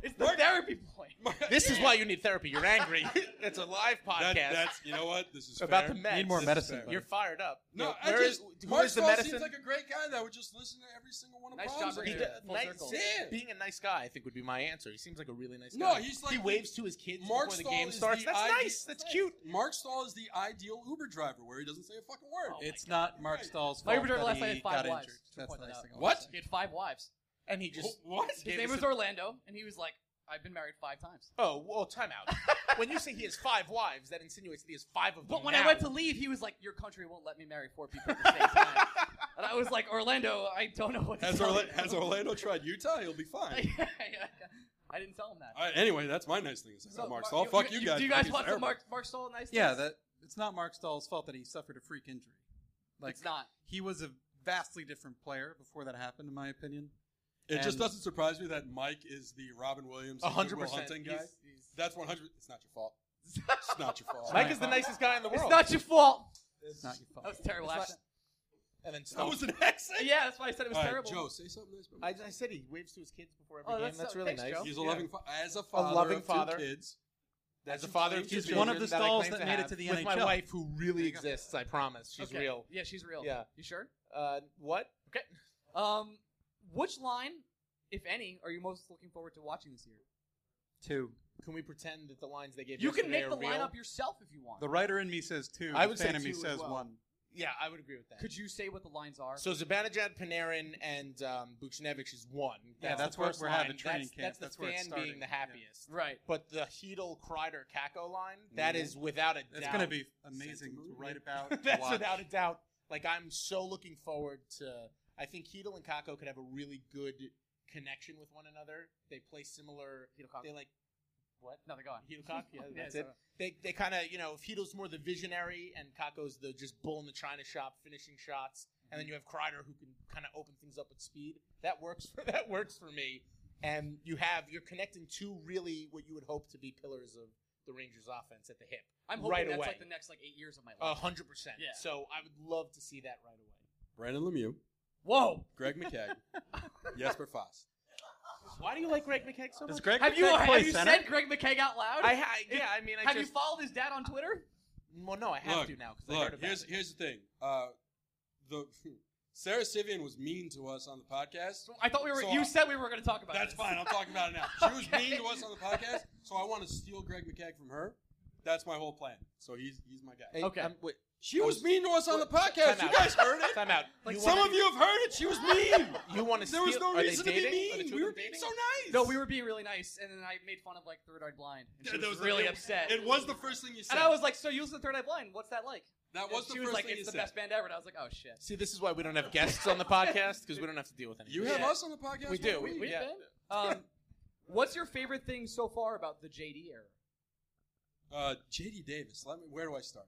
It's the Mark- therapy point. [laughs] This is why you need therapy. You're [laughs] angry. it's a live podcast That, that's you know what this is about fair. the Mets. Need more This is medicine, fair. buddy. You're fired up. No, You know, Uh, I where just, is- who Mark is the Stahl medicine? seems like a great guy that would just listen to every single one of Nice Brahms job, that He he Rick. does- did. Full nice- circle. Yeah. Being a nice guy, I think, would be my answer. He seems like a really nice No, guy. he's like he waves to his kids Mark before the Stahl game is starts. the that's ide- nice. That's cute. Mark Stahl is the ideal Uber driver where he doesn't say a fucking word. Oh it's not Mark Stahl's My fault. Uber driver that last he night had got five injured. wives. Just to That's point the that nice out. thing. I'll [laughs] What? say. He had five wives. And he just what? His gave name us was a- Orlando, and he was like, I've been married five times. Oh, well, time [laughs] out. when you say he has five wives, that insinuates that he has five of them. But when now. I went to leave, he was like, Your country won't let me marry four people at the same time. and I was like, Orlando, I don't know what to Has, tell Orla- you." [laughs] has Orlando tried Utah? He'll [laughs] be fine. I didn't tell him that. All right, anyway, that's my nice thing. Is I got Mark Stahl. you- Fuck you- you, guys. Do you guys He's watch the terrible. Mark, Mark Stahl nice? Yeah, Things? that it's not Mark Stahl's fault that he suffered a freak injury. Like It's not. He was a vastly different player before that happened, in my opinion. It just And- doesn't surprise me that Mike is the Robin Williams, of Good Will 100%. hunting guy. He's- he's- that's one hundred. It's not your fault. It's not your fault. Mike is the nicest guy in the world. It's not your fault. It's not your fault. That was a terrible accent. and then that Stahl. was an accent. Yeah, that's why I said it was All right, terrible. Joe, say something nice. About I, Mike. I said he waves to his kids before every Oh, game. that's That's, so- really thanks, nice. Joe. He's a loving fa- as a father, loving of father. two kids. As a you father claim of two to He's be. children, one of the that I stalls claim that to made it have to the with my NHL. wife, who really exists. I promise, she's Okay. real. Uh, Yeah, she's real. Yeah. You sure? Uh, what? Um, Which line, if any, are you most looking forward to watching this year? Two. Can we pretend that the lines they gave You can yesterday make are the real? lineup yourself if you want. The writer in me says two. I the would fan say in me two as says well. one. Yeah, I would agree with that. Could you say what the lines are? so Zabanajad, Panarin, and um, Buchnevich is one. Yeah, that's the where first we're having line. the training that's, camp. That's, That's the where it's fan starting. being the Yeah. happiest. right. But the Heedle, Kreider, Kako line, that Mhm. is without a doubt. That's going to be amazing to [laughs] write about. to That's watch. without a doubt. Like I'm so looking forward to. I think Heedle and Kako could have a really good connection with one another. They play similar. Heedle Kako. They like what? No, they're gone. Heedle Kako. [laughs] Yeah, Yeah, that's so- it. They they kind of you know if Heedle's more the visionary and Kako's the just bull in the china shop finishing shots, and then Mhm. you have Kreider who can kind of open things up with speed. That works. For, [laughs] that works for me. And you have you're connecting two really what you would hope to be pillars of the Rangers offense at the hip. I'm hoping right that's away. like the next like eight years of my A life. hundred percent. Yeah. So I would love to see that right away. Brandon Lemieux, Whoa! Greg [laughs] McKegg, Jesper Foss. Why do you like Greg McKegg so Does much? Greg Have you McKegg play have you center? said Greg McKegg out loud? I, ha- yeah, I mean, I have you just. followed his dad on [laughs] Twitter? well, no, I have Look, to now because I heard Look, about here's it. here's the thing. Uh, the [laughs] Sarah Sivian was mean to us on the podcast. I thought we were. So you I- said we were going to talk about. That's this. fine. I'm talking about it [laughs] now. She [laughs] was Okay. mean to us on the podcast, so I want to steal Greg McKegg from her. That's my whole plan. So he's he's my guy. Hey, okay. um, wait, She was mean to us on the time podcast. You out. guys heard it. time out. Like you Some wanna, of you have heard it. [laughs] She was mean. You want to? There was no reason to be mean. We were being dating? so nice. No, we were being really nice, and then I made fun of like Third Eye Blind, and she Yeah, that was, was- really it- upset. It was the first thing you said. and I was like, "So you listen to Third Eye Blind? What's that like?" that And was the she first was like, thing "It's you the said. best band ever." And I was like, "Oh shit." See, this is why we don't have guests on the podcast because we don't have to deal with anything. You have us on the podcast. We one do. We- week. we- Yeah. Um, what's your favorite thing so far about the JD era? Uh, JD Davis. Let me. Where do I start?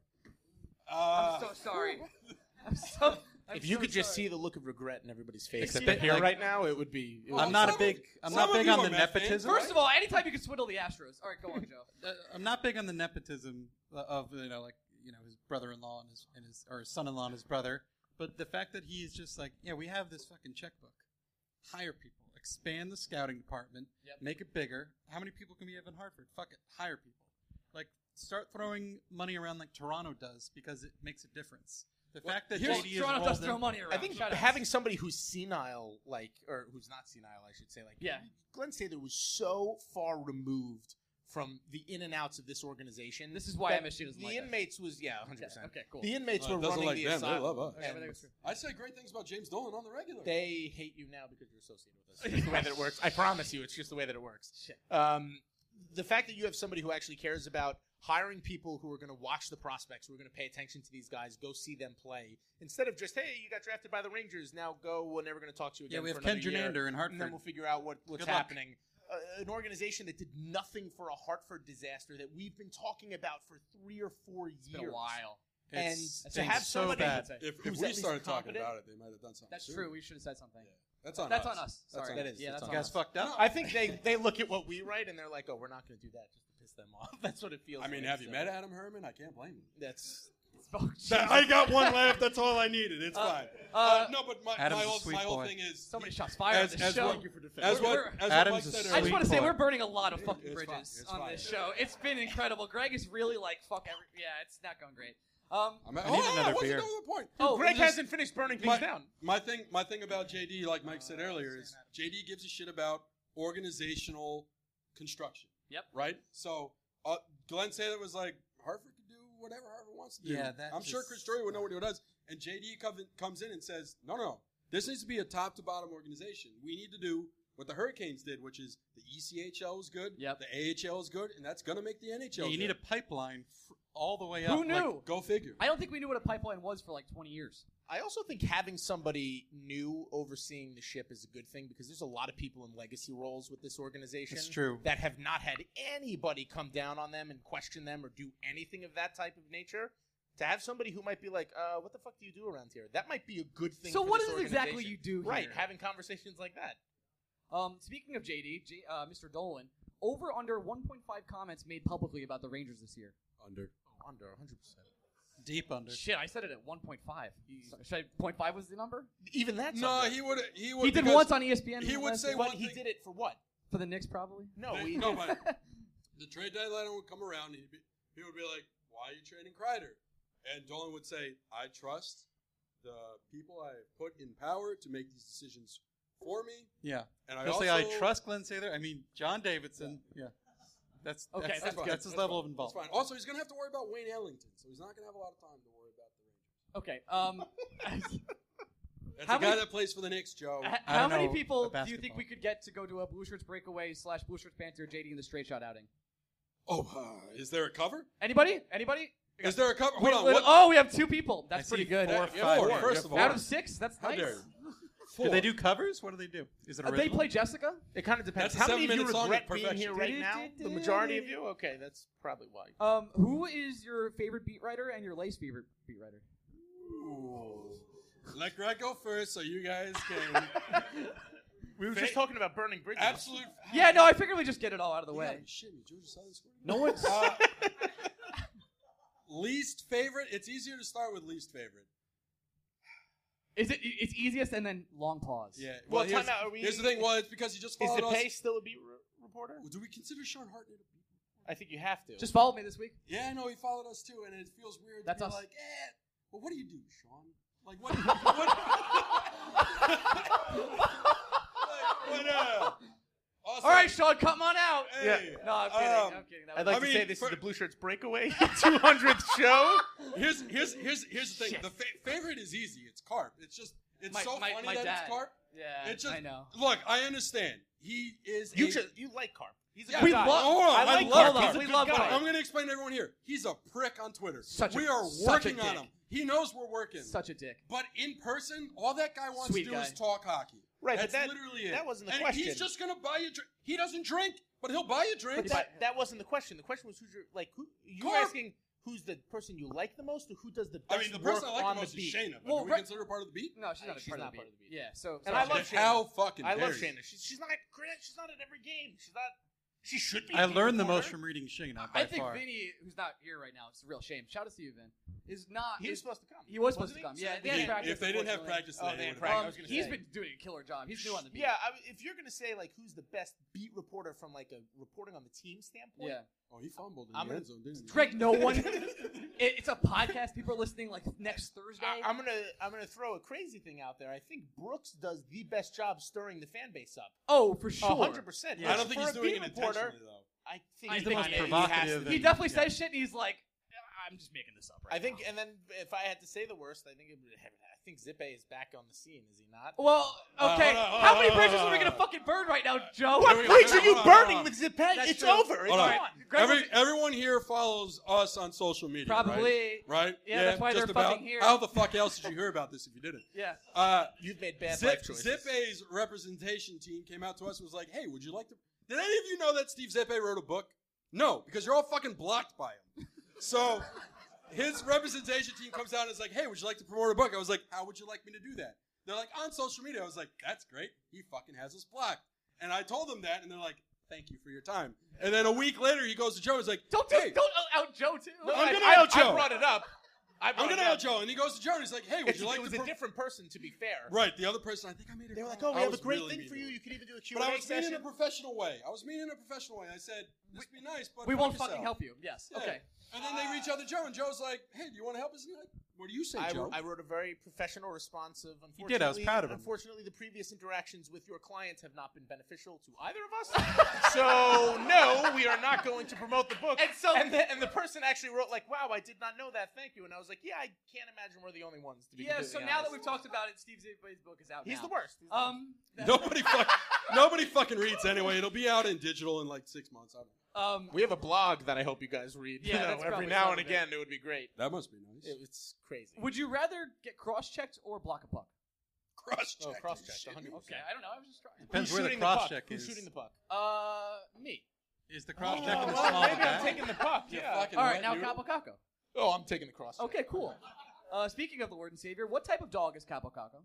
Uh, I'm so sorry. [laughs] I'm so. I'm If you so could just sorry. see the look of regret in everybody's face, Except that that, here like- right now, it would be. It would I'm be not something. a big. I'm some not of big you on are the Mets fans, nepotism. First of all, anytime you can swindle the Astros. All right, go on, [laughs] Joe. Uh, I'm not big on the nepotism uh, of you know like you know his brother-in-law and his and his or his son-in-law and his brother, but the fact that he is just like yeah we have this fucking checkbook, hire people, expand the scouting department, Yep. make it bigger. How many people can we have in Hartford? Fuck it, hire people. Like start throwing money around like Toronto does because it makes a difference. The fact that Well, JD is Toronto does rolled throw in- money around. I think Shout out. having somebody who's senile, like, or who's not senile, I should say, like, Yeah. Glenn Sather was so far removed from the in and outs of this organization. This is why that MSU doesn't The like us. inmates was yeah, hundred Yeah, percent. okay, cool. The inmates Uh, were doesn't running like the them. They asylum. love us. Okay, and but that's true. I say great things about James Dolan on the regular. They hate you now because you're associated with us. It's just the way that it works. I promise you, it's just the way that it works. Um, the fact that you have somebody who actually cares about hiring people who are going to watch the prospects, who are going to pay attention to these guys, go see them play, instead of just hey, you got drafted by the Rangers, now go. We're never going to talk to you again. Yeah, we for have Ken another year. Janander and then in Hartford. we'll figure out what, what's Good luck. happening. Uh, an organization that did nothing for a Hartford disaster that we've been talking about for three or four years. It's been a while. It's and to been have so somebody- bad. if, if who's at we least started talking competent. about it, they might have done something. That's soon. true. We should have said something. That's on That's us. on us. That's Sorry. on us. Yeah, that's You on guys us. fucked up. I think they, they look at what we write and they're like, oh, we're not going to do that just to piss them off. [laughs] That's what it feels. I mean, like, have you so. met Adam Herman? I can't blame him. That's [laughs] Fuck, Jesus. I got one laugh. That's all I needed. It's fine. uh, no, but my, Adam's my, a whole, sweet my whole boy. thing is so many shots fired As- on this as show. what- for defending. As what We're- as what Adam's Mike a said sweet I just earlier, want to say boy. we're burning a lot of It- fucking it's fine, bridges it's on fine. this show. It's been incredible. Greg is really like fuck every. Yeah, it's not going great. Um, I'm at, I need oh, another I wasn't beer. done with the point. oh, Greg just- hasn't finished burning things My, down. my thing, my thing about JD, like Mike said Uh, earlier, is JD gives a shit about organizational construction. Yep. Right. So uh, Glenn Saylor was like, Hartford can do whatever Hartford wants to do. Yeah, that I'm sure just- Chris Drury would know what he does. And JD comes comes in and says, No, no, no. This needs to be a top to bottom organization. We need to do what the Hurricanes did, which is the E ECHL is good, Yep. the AHL is good, and that's gonna make the NHL. Yeah, you need a good. pipeline fr- all the way up. Who like, knew? go figure. I don't think we knew what a pipeline was for like 20 years. I also think having somebody new overseeing the ship is a good thing because there's a lot of people in legacy roles with this organization. It's true. That have not had anybody come down on them and question them or do anything of that type of nature. To have somebody who might be like, uh, what the fuck do you do around here? That might be a good thing. So for what this is it exactly organization. you do Right, here? having conversations like that. Um, speaking of JD, J, uh, Mr. Dolan, over under 1.5 comments made publicly about the Rangers this year. Under. Oh, Under 100. percent Deep under. Shit, I said it at 1.5. So- Should I, 0.5 was the number? Even that's No, under. he would he would He did because- once on E ESPN. he would last say year. one But he thing- did it for what? for the Knicks probably. No, They- [laughs] he no, [laughs] but the trade deadline would come around, and he'd be, he would be like, "Why are you trading Kreider?" And Dolan would say, "I trust the people I put in power to make these decisions for me. Yeah. And I Especially also, I trust Glenn Sather. I mean, John Davidson. Yeah. That's Okay, That's, that's that's, fine. his That's level fine. of That's involvement. fine. Also, he's going to have to worry about Wayne Ellington, so he's not going to have a lot of time to worry about the Rangers. Okay. Um, That's How the guy many- that plays for the Knicks, Joe. h- I how don't many know people about do you think basketball. we could get to go to a Blue Shirts breakaway slash Blue Shirts banter JD in the straight shot outing? oh, uh, is there a cover? Anybody? Anybody? Is there a cover? We- Hold on. we- What? Oh, we have two people. I That's see pretty good. Four, Yeah, five, four, here. first Yeah, of all. Out four. of six, that's How nice. [laughs] dare you. Do they do covers? What do they do? Is it Uh, they original? play Jessica. It kind of depends. That's a How many of you seven-minute song regret of being here perfection. right now? The majority of you. Okay, that's probably [laughs] why. Um, who is your favorite beat writer and your least favorite beat writer? Let Greg go first, so you guys can Uh, [laughs] We were Fa- just talking about burning bridges. absolute. Yeah, no, I figured we just get it all out of the You way. [laughs] gotta be shitting me. Georgia Southern scored? No one's. [laughs] Uh, least favorite. It's easier to start with least favorite. Is it? It's easiest and then long pause. Yeah. Well, Well, here's, time out, are we- here's the thing. Well, it's because you just Is followed the us. pay still a beat re- reporter? Do we consider Sean Hartnett? a- I think you have to. Just follow me this week. Yeah, I know he followed us too, and it feels weird. That's to be us. Like, eh. Well, what do you do, Sean? Like [laughs] what? what? like, what uh, [laughs] [laughs] also, All right, Sean, come on out. Hey, No, I'm kidding. I'm um, kidding. That was- I'd like I to mean, say this for- is the Blue Shirts Breakaway [laughs] 200th show. Here's here's here's here's the thing. The fa- favorite is easy. It's carp. It's just it's My- so my- funny my that dad. it's carp. yeah, It's just I know. look. I understand. He is. You a- just you like Carp. He's a Yeah, good we guy. love- Hold on, I I like love Carp. Carp. He's a We good love guy. Carp. I'm going to explain to everyone here. He's a prick on Twitter. Such a- we are such a working on dick. him. He knows we're working. Such a dick. But in person, all that guy wants Sweet to do guy. is talk hockey. Right, but That's that- literally it. that wasn't the and question. He's just gonna buy you. Drink. He doesn't drink, but he'll buy you But drinks. that, that wasn't the question. The question was who's your like who you were Carp. asking who's the person you like the most or who does the I best mean, the work person I like on the most the beat. is Shayna. But Well, do we right- consider her part of the beat? No, she's Uh, not a she's part, not of, the part of the beat. beat. Yeah, so And I love Shayna. How fucking I dare love you. Shayna. She's she's not great. She's not at every game. She's not. She should be. a I beat learned the most reporter. from reading Shayna by I think far. Vinny, who's not here right now, it's a real shame. Shout out to you, Vin. Is not. He was is- supposed to come. he was supposed wasn't to come. So Yeah, I they had think- practice. If they didn't have unfortunately. practice Oh, today, they they had would've- practice. I Um, was gonna he's say. been doing a killer job. Um, He's new on the beat. Yeah, I, if you're gonna say like who's the best beat reporter from like a reporting on the team standpoint, Yeah. Oh, he fumbled in I'm the gonna- end zone, didn't he? Greg, no [laughs] one. It- it's a podcast. People are listening like next Thursday. I, am gonna I'm gonna throw a crazy thing out there. I think Brooks does the best job stirring the fan base up. oh, for A sure. hundred percent. I don't For think a he's doing beat it reporter. intentionally though. I think I he think might he be. is. He has to Provocative be. He and- definitely Yeah. says shit, and he's like, I'm just making this up. Right I think, now." and then if I had to say the worst, I think it would, I think Zippe is back on the scene, is he not? Well, Uh, okay. hold on, hold How on, many hold on, bridges hold are we on. gonna fucking burn right now, Joe? Here we go. Bridge are you burning with Zippe? That's It's true. over. It's Hold on. Greg Every, was- everyone here follows us on social media. right? Probably. Right? Yeah, that's why just they're fucking about. here. How the fuck else did you hear about this if you didn't? Yeah. Uh, You've made bad Zip, life choices. Zipe's representation team came out to us and was like, hey, would you like to. Did any of you know that Steve Zippe wrote a book? No, because you're all fucking blocked by him. So his representation team comes out and is like, hey, would you like to promote a book? I was like, how would you like me to do that? They're like, on social media. I was like, that's great. He fucking has us blocked. And I told them that, and they're like, thank you for your time. And then a week later, he goes to Joe. He's like, Don't do, hey, don't out Joe too. No, I'm I- gonna I- out I Joe. brought it up. I brought I'm gonna it up. out Joe. And he goes to Joe, and he's like, hey, would It's- you like it was to a pro- different person, to be fair. Right, the other person. I think I made her. They were cry. like, "Oh, we I have a was great really thing mean for to you. her. You can even do a Q&A But I was mean session." in a professional way. I was mean in a professional way. I said, this would be nice, but. We fuck won't fucking yourself." help you. Yes. Yeah. Okay. And then they reach out to Joe, and Joe's like, hey, do you want to help us? And he's like, what do you say, I, Joe? I wrote a very professional, responsive. Unfortunately, did. I was proud of him. Unfortunately, the previous interactions with your clients have not been beneficial to either of us. so no, we are not going to promote the book. And so- and the, and the person actually wrote like, "Wow, I did not know that. Thank you." And I was like, "Yeah, I can't imagine we're the only ones to be." Yeah. completely So now that honest. we've talked about it, Steve Zippe's book is out. he's now. the worst. He's the worst. Um. [laughs] [laughs] nobody, fuck, nobody fucking reads anyway. It'll be out in digital in like six months. I don't know. Um. we have a blog that I hope [laughs] you guys read. Yeah, you know, that's probably every now some and of it. again, it would be great. That must be nice. It- it's crazy. Would you rather get cross-checked or block a puck? Cross Oh, check. cross check. Okay. I don't know. I was just trying. Depends Who's where the shooting the puck? cross check Who's is. shooting the puck? Uh, me. Is the cross Oh, check in the well, small maybe back? I'm taking the puck. Yeah. fucking All right. wet Now noodle. Capo Caco. Oh, I'm taking the cross. check. Okay. Cool. Uh, speaking of the Lord and Savior, what type of dog is Capo Caco?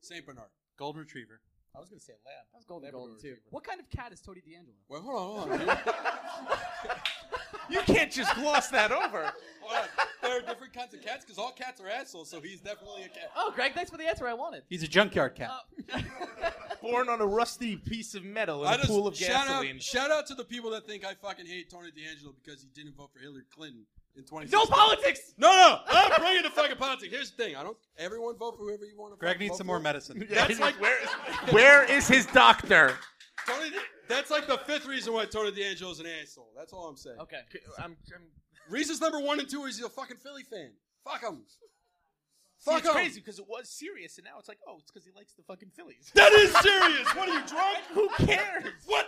St. Bernard. Golden retriever. I was gonna say lab. That was golden Labrador golden too. Retriever. What kind of cat is Tony D'Angelo? Wait, hold on, hold on. dude. hold [laughs] You can't just gloss that over. on. There are different kinds of cats because all cats are assholes, so he's definitely a cat. Oh, Greg, thanks for the answer I wanted. He's a junkyard cat. Uh, [laughs] Born on a rusty piece of metal I just- shout Out, shout out to the people that think I fucking hate Tony D'Angelo because he didn't vote for Hillary Clinton in 20. No politics. No, no, I'm bringing the fucking politics. Here's the thing: I don't. Everyone vote for whoever you want to. Greg vote, needs vote some for. [laughs] more medicine. That's like where [laughs] is, [laughs] where is his doctor? Tony, that's like the fifth reason why Tony D'Angelo's an asshole. That's all I'm saying. Okay. I'm, I'm, Reasons number one and two is he's a fucking Philly fan. Fuck him. See, Fuck it's him. crazy because it was serious, and now it's like, oh, it's because he likes the fucking Phillies. That is serious. What are you drunk? Who cares? What?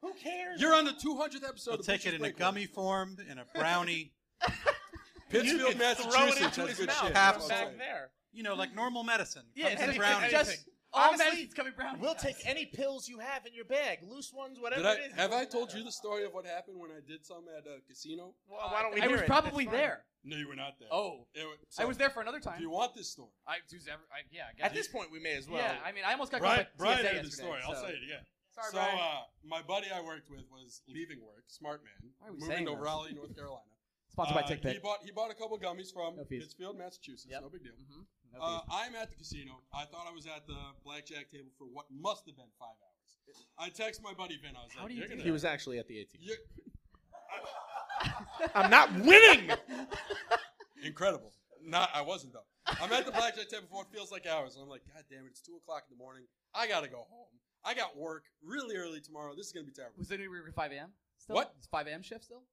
Who cares? You're on the 200th episode. He'll of take it Butcher's in a Breakaway. gummy form, in a brownie. You [laughs] Pittsfield, can throw it Massachusetts. into That's his good mouth shit. from Half That's all I'm back saying. there. You know, like normal medicine. Yeah, Comes it's, in a it's brownie. just Anything. all Honestly, medicine's coming brown. We'll take any pills you have in your bag, loose ones, whatever Did I, it is. it have I doesn't told matter. you the story of what happened when I did some at a casino? Well, why don't we I hear was it? probably That's fine. there. No, you were not there. Oh, It wa- I so, was there for another time. If you want this story, I, do every, I, yeah, I guess. At this point, we may as well. yeah. I mean, I almost got Brian, caught by Brian TSA had the yesterday, story. I'll so- say it again. Sorry, so, Brian. uh, my buddy I worked with was leaving work, smart man, Why are we saying moving to this? Raleigh, North Carolina. Sponsored by Uh, TickPick. He bought he bought a couple gummies from No fees. Pittsfield, Massachusetts. Yep. No big deal. Mhm. No Uh, fees. I'm at the casino. I thought I was at the blackjack table for what must have been five hours. I text my buddy Ben. I was How like, do you "You're do gonna- He was actually at the ATM. you're- [laughs] I'm not winning. Incredible. Not, I wasn't though. I'm at the blackjack table for what feels like hours, and I'm like, God damn it, it's two o'clock in the morning. I gotta go home. I got work really early tomorrow. This is gonna be terrible. Was it anywhere near 5 a.m.? Still? What? It's 5 a.m. shift still?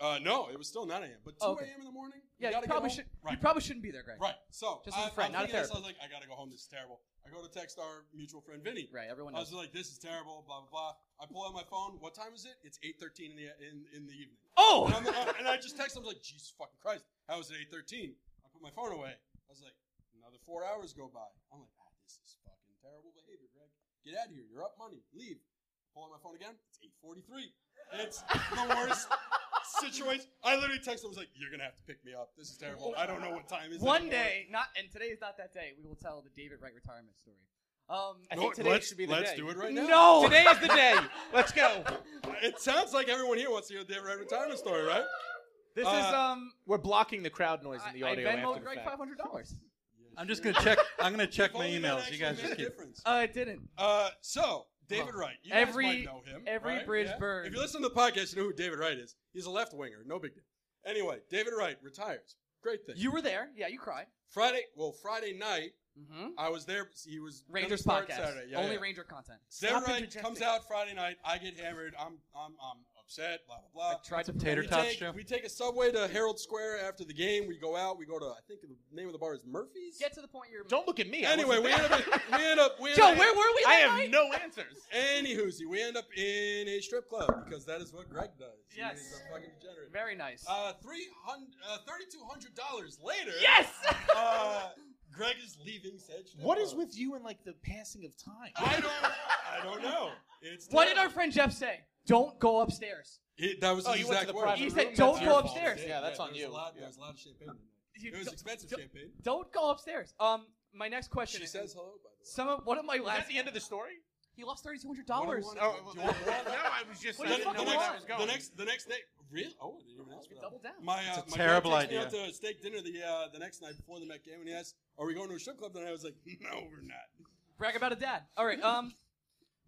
Uh, no, it was still 9 a.m. But 2 Oh, okay. a.m. in the morning. Yeah, you, gotta get probably should. home? You Right. probably shouldn't be there, Greg. Right. So Just as a I, friend, not I'm a thinking this, I was therapist. like, I gotta go home. This is terrible. I go to text our mutual friend Vinny. Right. Everyone I was knows. just like, this is terrible. Blah blah blah. I pull out my phone. What time is it? It's 8:13 in the in, in the evening. And, Oh. I'm, I- and I just text him I was like, Jesus fucking Christ, how was it 8:13? I put my phone away. I was like, another four hours go by. I'm like, ah, this is fucking terrible behavior, Greg. Get out of here. You're up money. Leave. Pull out my phone again. It's 8:43. It's the worst situation. I literally texted him. I was like, you're gonna have to pick me up. This is terrible. I don't know what time is. One anymore." day, not and today is not that day. We will tell the David Wright retirement story. Um. I No, think today let's- should be the Let's day. do it right now. No. [laughs] Today is the day. Let's go. It sounds like everyone here wants to hear the David Wright retirement story, right? This Uh, is um. We're blocking the crowd noise I, in the I audio after Venmoed the Greg fact. [laughs] five hundred dollars. I'm just gonna check. I'm gonna check If my only that emails. actually You guys made just a keep. difference. Uh, it didn't. Uh, so David Wright, you Every- guys might know him. every right? bridge burns. If you listen to the podcast, you know who David Wright is. He's a left winger, no big deal. Anyway, David Wright retires. Great thing. You were there. Yeah, you cried. Friday, well, Friday night, Mm-hmm. I was there. He was gonna Rangers start podcast. Saturday. Yeah, Only yeah. Ranger content. David Stop Wright interjecting. comes out Friday night. I get hammered. I'm, I'm, I'm upset. Blah blah I blah. tried to Tater we tots, take, Joe. we take a subway to Herald Square after the game. We go out. We go to I think the name of the bar is Murphy's. Get to the point you're. Don't look at me. I anyway, wasn't we there. end up we end [laughs] up we end Joe, up, where were we? I that have night? no answers. Anywhoosy, we end up in a strip club because that is what Greg does. Yes. He is a fucking degenerate. Very nice. Uh, three hundred, uh, thirty-two hundred dollars later. yes. Uh, Greg is leaving said strip What is club. with you and like the passing of time? I don't. I don't know. It's what did our terrible. friend Jeff say? Don't go upstairs. He- that was Oh, his you went to exact the word. private He room. said, That's "Don't your go fault." upstairs. Yeah, that's on there was you. A lot, Yeah. There was a lot of champagne. in there. You It was don't- expensive don't- champagne. Don't go upstairs. Um, my next question She is: says hello, by the way. Some of one of my Was last that the end of the story? he lost thirty two hundred dollars. What do you Oh, want? well, Do you no, want- I was just. What do I the, you didn't know the fucking where I want? was next, going. the next, the next day. Really? Oh, I didn't even ask for that. Double down. My, uh, It's a my terrible dad takes idea. Me out to steak dinner the uh, the next night before the Met game, and he asked, "Are we going to a strip club?" And I was like, "No, we're not." Brag about a dad. All right. Um,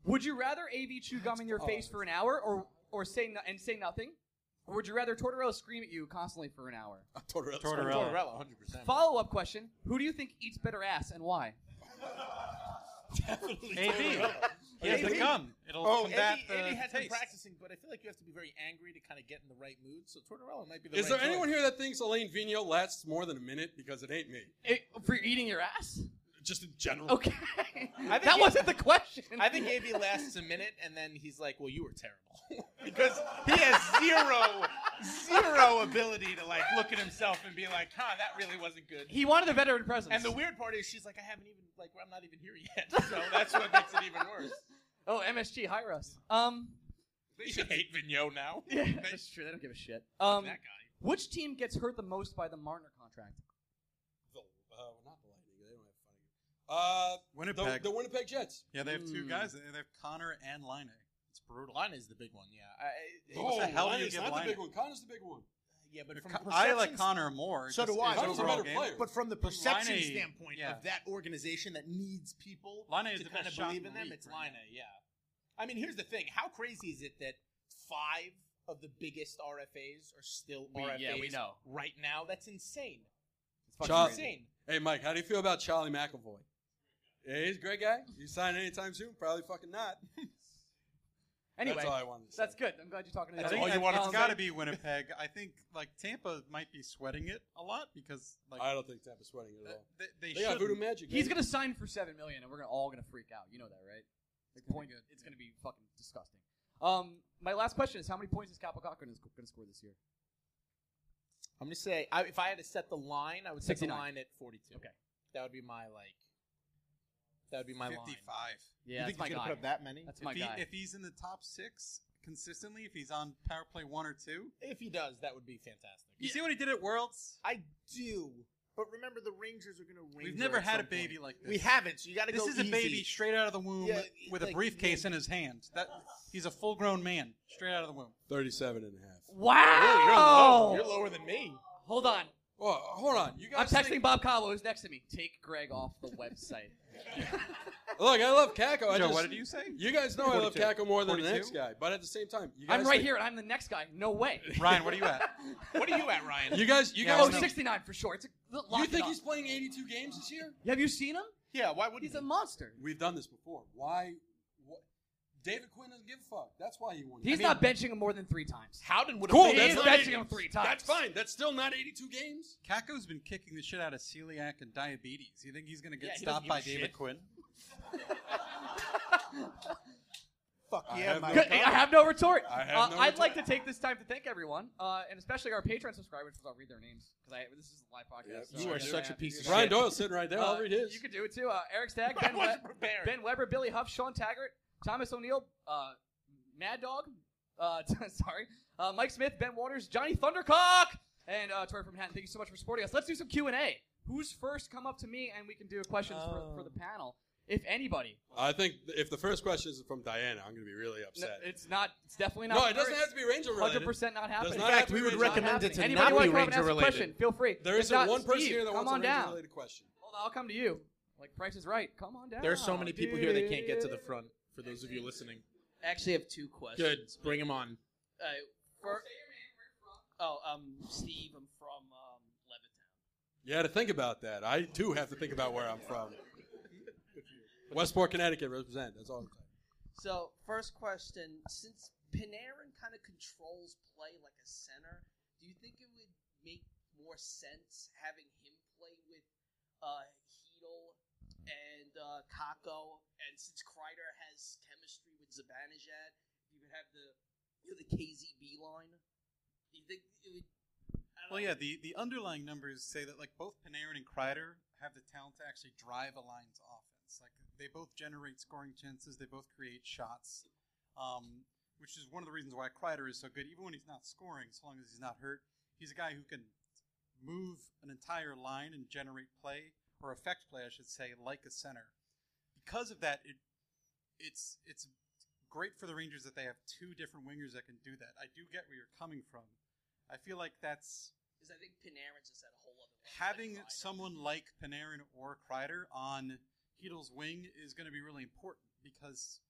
would you rather AV chew gum in your face for an hour, or or say no- and say nothing, or would you rather Tortorella scream at you constantly for an hour? Tortorella. Tortorella. Tortorella, 100%. Follow up question: Who do you think eats better ass and why? AB. Definitely Tortorella. He has the AB. gum. It'll Oh, combat Eddie, the Eddie has been taste. practicing, but I feel like you have to be very angry to kind of get in the right mood. So Tortorella might be the Is right there choice. anyone here that thinks Elaine Vigneault lasts more than a minute? Because it ain't me. [laughs] It- for eating your ass? Just in general. Okay. think that he- wasn't the question. I think AB lasts a minute, and then he's like, "Well, you were terrible," [laughs] because he has zero, zero ability to like look at himself and be like, "Huh, that really wasn't good." he wanted a veteran presence. And the weird part is, she's like, "I haven't even like I'm not even here [laughs] yet," so that's what makes it even worse. oh MSG hire us. Um, They should hate Vigneault now. yeah, that's true. They don't give a shit. Um, that guy. which team gets hurt the most by the Marner contract? The, uh, not the Lightning. They don't have funny. Uh, the, Winnipeg. the Winnipeg Jets. yeah, they have two Hmm. guys. They they have Connor and Line. It's brutal. Line is the big one, yeah. I, I- What Oh. the hell do you Liney's give not Liney? the big one. Connor's the big one. yeah, but They're from Con- a I perception like Connor more. So just do I. his Connor's a overall better game. player. But from the But perception Laine- standpoint yeah. of that organization that needs people Laine is to the kind best of shot believe in in the them, league it's right Lina, yeah. I mean, here's the thing. How crazy is it that five of the biggest RFAs are still We- RFAs yeah, we know. right now. That's insane. It's Chop. fucking crazy. Insane. Hey, Mike, how do you feel about Charlie McAvoy? Yeah, he's a great guy. You sign anytime soon? Probably [laughs] fucking not. Anyway, that's all I wanted to say. that's good. I'm glad you're talking to I me. That's think all you that- wanted It's to got to say? be Winnipeg. I think like Tampa might be sweating it a lot because like I don't think Tampa's sweating it at all. they, they, They got shouldn't. voodoo magic. He's baby. gonna sign for seven million, and we're gonna all gonna freak out. You know that, right? Like point, it's gonna be fucking disgusting. Um, my last question is: How many points is Capo Cochran is gonna score this year? I'm gonna say I, if I had to set the line, I would set 69. the line at 42. Okay. that would be my like. That would be my line. 55. Yeah, you that's think my he's gonna guy. put up that many? That's my If, he, guy. if he's in the top six consistently, if he's on power play one or two, If he does, that would be fantastic. you see what he did at Worlds. I do, but remember the Rangers are gonna. Ranger We've never at had a some baby point. like this. We haven't. So you got to This go. is a easy. baby straight out of the womb Yeah, with a like, briefcase yeah. in his hand. That he's a full-grown man straight out of the womb. 37 and a half. wow! You're lower than me. Hold on, Oh, hold on. You I'm guys texting think- Bob Cabo, who's next to me. Take Greg off [laughs] the website. Look, I love Kako. Joe, I just, what did you say? You guys know I love 42. Kako more than the 42? next guy, but at the same time, you guys I'm right think- here, and I'm the next guy. No way. [laughs] Ryan, what are you at? What are you at, [laughs] Ryan? You guys, you Yeah, Oh, guys, no. 69 for sure. It's a, lock you it think up. he's playing 82 games this year? Have you seen him? yeah. Why would He's a monster. We've done this before. Why? What? David Quinn doesn't give a fuck. That's why he won. He's I mean, not benching him more than three times. Howden would Cool, have. He's that's not benching 80. him three times. That's fine. That's still not 82 games. Kako's been kicking the shit out of celiac and diabetes. You think he's going to Yeah, get he doesn't stopped by give a David shit. [laughs] Quinn? [laughs] Fuck I yeah, have Mike. no- Good. I have no retort. I have uh, no I'd retort. like to take this time to thank everyone, uh, and especially our Patreon subscribers, because I'll read their names. Because I this is a live podcast. Yeah, so you I are do such have a to piece do that. of shit. Brian Doyle's sitting right there. I'll Uh, read his. You can do it too. Uh, Eric Stagg, I ben, wasn't We- prepared. ben Weber, Billy Huff, Sean Taggart, Thomas O'Neill, uh, Mad Dog, uh, [laughs] sorry, uh, Mike Smith, Ben Waters, Johnny Thundercock, and uh, Tori from Manhattan. Thank you so much for supporting us. Let's do some Q and A. Who's first? Come up to me, and we can do questions for, Oh. for the panel, if anybody. I think if the first question is from Diana, I'm going to be really No, upset. it's not. It's definitely No, not. it doesn't have to be Ranger Hundred related. percent not happening. Does In not have fact, to we be would Ranger recommend related. it to Anybody not wanna be come up and ask Ranger a Question, related. feel free. There If isn't not, one person Steve, here that come wants on a Ranger down. related question. Well, I'll come to you. Like Price is Right. Come on down. There are so many people here that can't get to the front. For those of you listening, I actually have two questions. good. Bring them on. Uh, for, oh, um, Steve, I'm from um, Levittown. You had to think about that. I too have to think about where I'm from. Westport, Connecticut, represent. That's all. I'm saying. So, first question: Since Panarin kind of controls play like a center, do you think it would make more sense having him play with uh, Heedle and uh, Kako? And since Kreider has chemistry with Zibanejad, you could have the you know, the KZB line. Do you think it would? I Well, don't know. yeah, the, the underlying numbers say that like both Panarin and Kreider have the talent to actually drive a line's offense. Like they both generate scoring chances, they both create shots, um, which is one of the reasons why Kreider is so good. Even when he's not scoring, so long as he's not hurt, he's a guy who can move an entire line and generate play or affect play, I should say, like a center. Because of that, it it's it's great for the Rangers that they have two different wingers that can do that. I do get where you're coming from. I feel like that's Because I think Panarin's just at a whole [laughs] other. level than having Kreider. someone like Panarin or Kreider on Heedle's wing is going to be really important because,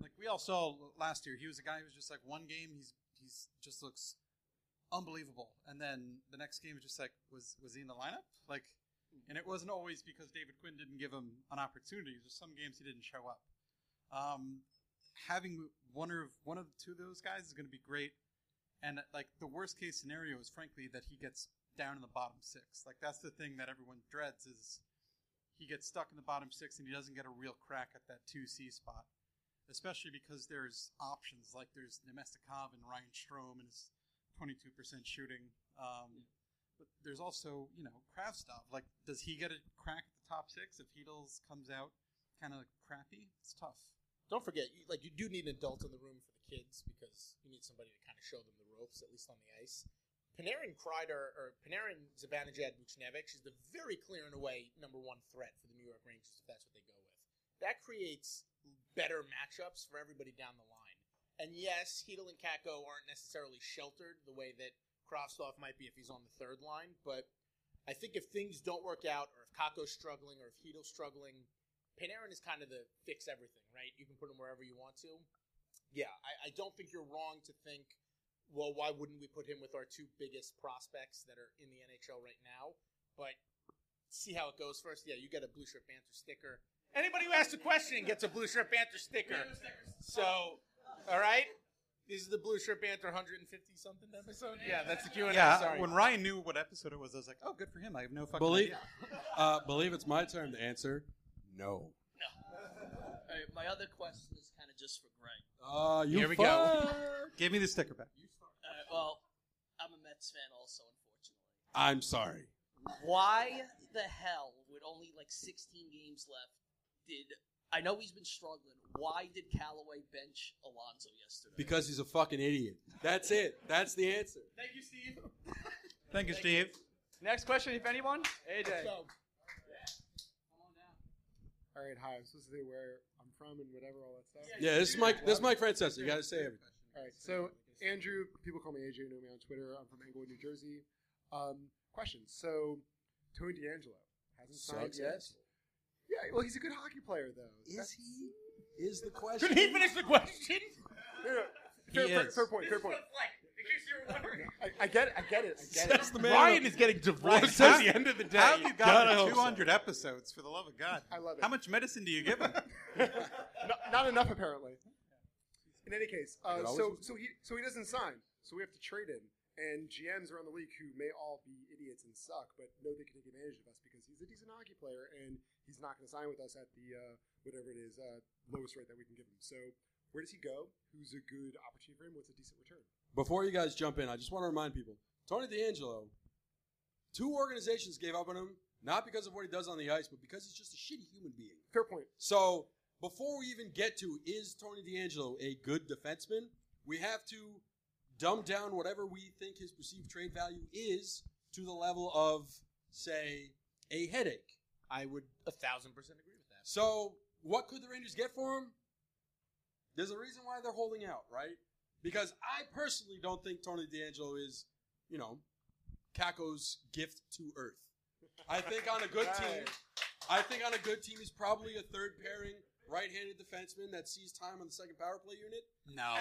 like we all saw l- last year, he was a guy who was just like one game he's he's just looks unbelievable, and then the next game was just like was was he in the lineup like, and it wasn't always because David Quinn didn't give him an opportunity. There's some games he didn't show up. Um, having one of one of two of those guys is going to be great. And like the worst case scenario is frankly that he gets down in the bottom six. Like that's the thing that everyone dreads is he gets stuck in the bottom six and he doesn't get a real crack at that two C spot. Especially because there's options like there's Nemestikov and Ryan Strom and his 22% shooting. Um, but there's also you know Kravstov. Like does he get a crack at the top six if Heedles comes out kind of crappy? It's tough. Don't forget, you, like you do need an adult in the room for the kids because you need somebody to kind of show them the ropes, at least on the ice. Panarin, Kreider, or Panarin, Zibanejad, Buchnevich is the very clear and away number one threat for the New York Rangers if that's what they go with. That creates better matchups for everybody down the line. And yes, Heedle and Kako aren't necessarily sheltered the way that Krovstov might be if he's on the third line, but I think if things don't work out, or if Kako's struggling, or if Heedle's struggling, Panarin is kind of the fix everything, right? You can put him wherever you want to. Yeah, I, I don't think you're wrong to think well, why wouldn't we put him with our two biggest prospects that are in the NHL right now? But see how it goes first. Yeah, you get a blue shirt banter sticker. Anybody who asks a question gets a blue shirt banter sticker. So, all right. This is the blue shirt banter 150 something episode. Yeah, that's the Q and A. Yeah, Sorry. when Ryan knew what episode it was, I was like, "Oh, good for him! I have no fucking Believe, idea." uh, believe it's my turn to answer. No. All right, my other question is kind of just for Greg. Uh, you Here we go. fuck. Give me the sticker back. All right, well, I'm a Mets fan also, unfortunately. I'm sorry. Why the hell would only like 16 games left did I know he's been struggling. Why did Callaway bench Alonso yesterday? Because he's a fucking idiot. That's it. That's the answer. Thank you, Steve. Thank you, Steve. Next question, if anyone. AJ. So, All right, hi. I'm supposed to say where I'm from and whatever, all that stuff. Yeah, this is Mike. This is Mike Francesa. You gotta say everything. All right, so Andrew, people call me AJ, know me on Twitter. I'm from Englewood, New Jersey. Um, question. So Tony D'Angelo hasn't signed Sucks yet. ass. Yeah, well, he's a good hockey player though. Is That's- he? Is [laughs] the question? could he finish the question? No, no, He Fair, fair, is. fair point. Fair point. [laughs] I, I get it. I get it. I get it. That's the man. Ryan is getting divorced at the end of the day. How have you got Gotta hope to 200 so. episodes? For the love of God! I love it. How much medicine do you [laughs] give him? not, not enough apparently. In any case, uh, It always so was- so he so he doesn't sign, so we have to trade him. And GMs around the league who may all be idiots and suck, but know they can take advantage of us because he's a decent hockey player and he's not going to sign with us at the uh, whatever it is uh, lowest rate that we can give him. So where does he go? Who's a good opportunity for him? What's a decent return? Before you guys jump in, I just want to remind people: Tony D'Angelo. Two organizations gave up on him, not because of what he does on the ice, but because he's just a shitty human being. Fair point. So before we even get to is Tony D'Angelo a good defenseman, we have to dumb down whatever we think his perceived trade value is to the level of, say, a headache. I would a thousand percent agree with that. So what could the Rangers get for him? There's a reason why they're holding out, right? Because I personally don't think Tony D'Angelo is, you know, Kako's gift to Earth. I think on a good team, I think on a good team he's probably a third pairing right-handed defenseman that sees time on the second power play unit. No, I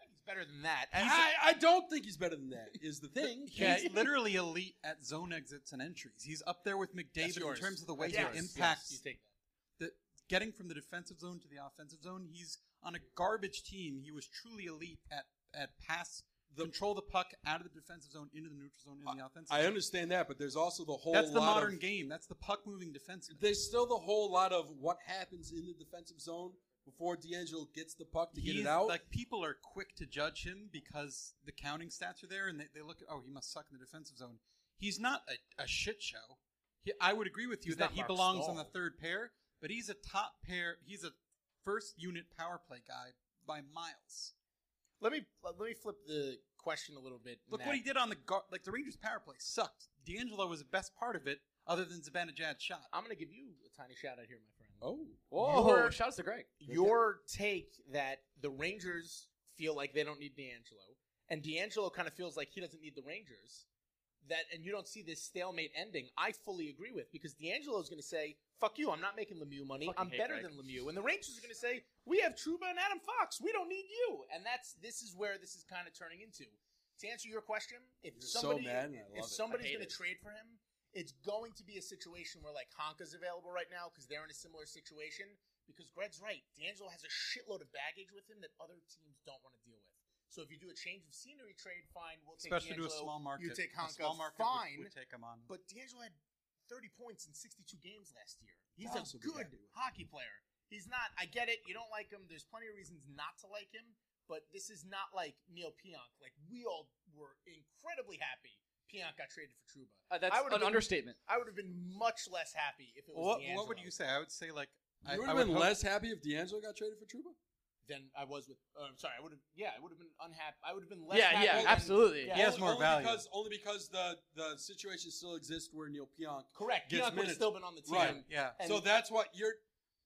think he's better than that. And I, I don't think he's better than that. Is [laughs] the thing. He's literally elite at zone exits and entries. He's up there with McDavid in yours. terms of the way Yes, he impacts yes, you take that. getting from the defensive zone to the offensive zone. He's on a garbage team. He was truly elite at at pass, control the puck out of the defensive zone into the neutral zone in the offensive. I zone. understand that, but there's also the whole That's the lot modern of, game. That's the puck moving defense. There's still the whole lot of what happens in the defensive zone before D'Angelo gets the puck to get He's- it out. Like people are quick to judge him because the counting stats are there, and they, they look at oh he must suck in the defensive zone. He's not a, a shit show. He, I would agree with you He's that not he Mark belongs on Stahl. the third pair, but he's a top pair. He's a first unit power play guy by miles. Let me let me flip the question a little bit. in Look that- what he did on the guard. Like the Rangers power play sucked. D'Angelo was the best part of it, other than Zibanejad's shot. I'm going to give you a tiny shout out here, my friend. Oh, Whoa, shout out to Greg. your take that the Rangers feel like they don't need D'Angelo, and D'Angelo kind of feels like he doesn't need the Rangers. That and you don't see this stalemate ending. I fully agree with because D'Angelo's going to say, "Fuck you! I'm not making Lemieux money. Fucking I'm hate better Greg. than Lemieux." And the Rangers are going to say, "We have Truba and Adam Fox. We don't need you." And that's this is where this is kind of turning into. To answer your question, if You're so somebody mad and I if love it. somebody's I hate going it. to trade for him, it's going to be a situation where like Honka's available right now because they're in a similar situation. Because Greg's right, D'Angelo has a shitload of baggage with him that other teams don't want to deal with. So if you do a change of scenery trade, fine, we'll take Especially to a D'Angelo. small market. You take a Honka, small market would- fine. Would, take him on. but D'Angelo had 30 points in 62 games last year. He's Dallas a will be good happy with him. hockey player. He's not. I get it. You don't like him. There's plenty of reasons not to like him. But this is not like Neil Pionk. Like we all were incredibly happy Pionk got traded for Truba. Uh, that's I an would've been- understatement. I would have been much less happy if it was What, D'Angelo what would you say? I would say like I- you would I have would been hope- less happy if D'Angelo got traded for Truba. than I was with. Uh, I'm sorry. I would have. Yeah, I would have been unhappy. I would have been less. Yeah, happy yeah, than- absolutely. Yeah. He has Only- more only value. because only because the the situation still exists where Neil Pionk. Correct. Gets Pionk would have minutes. still been on the team. Right. Yeah. And- so that's what you're.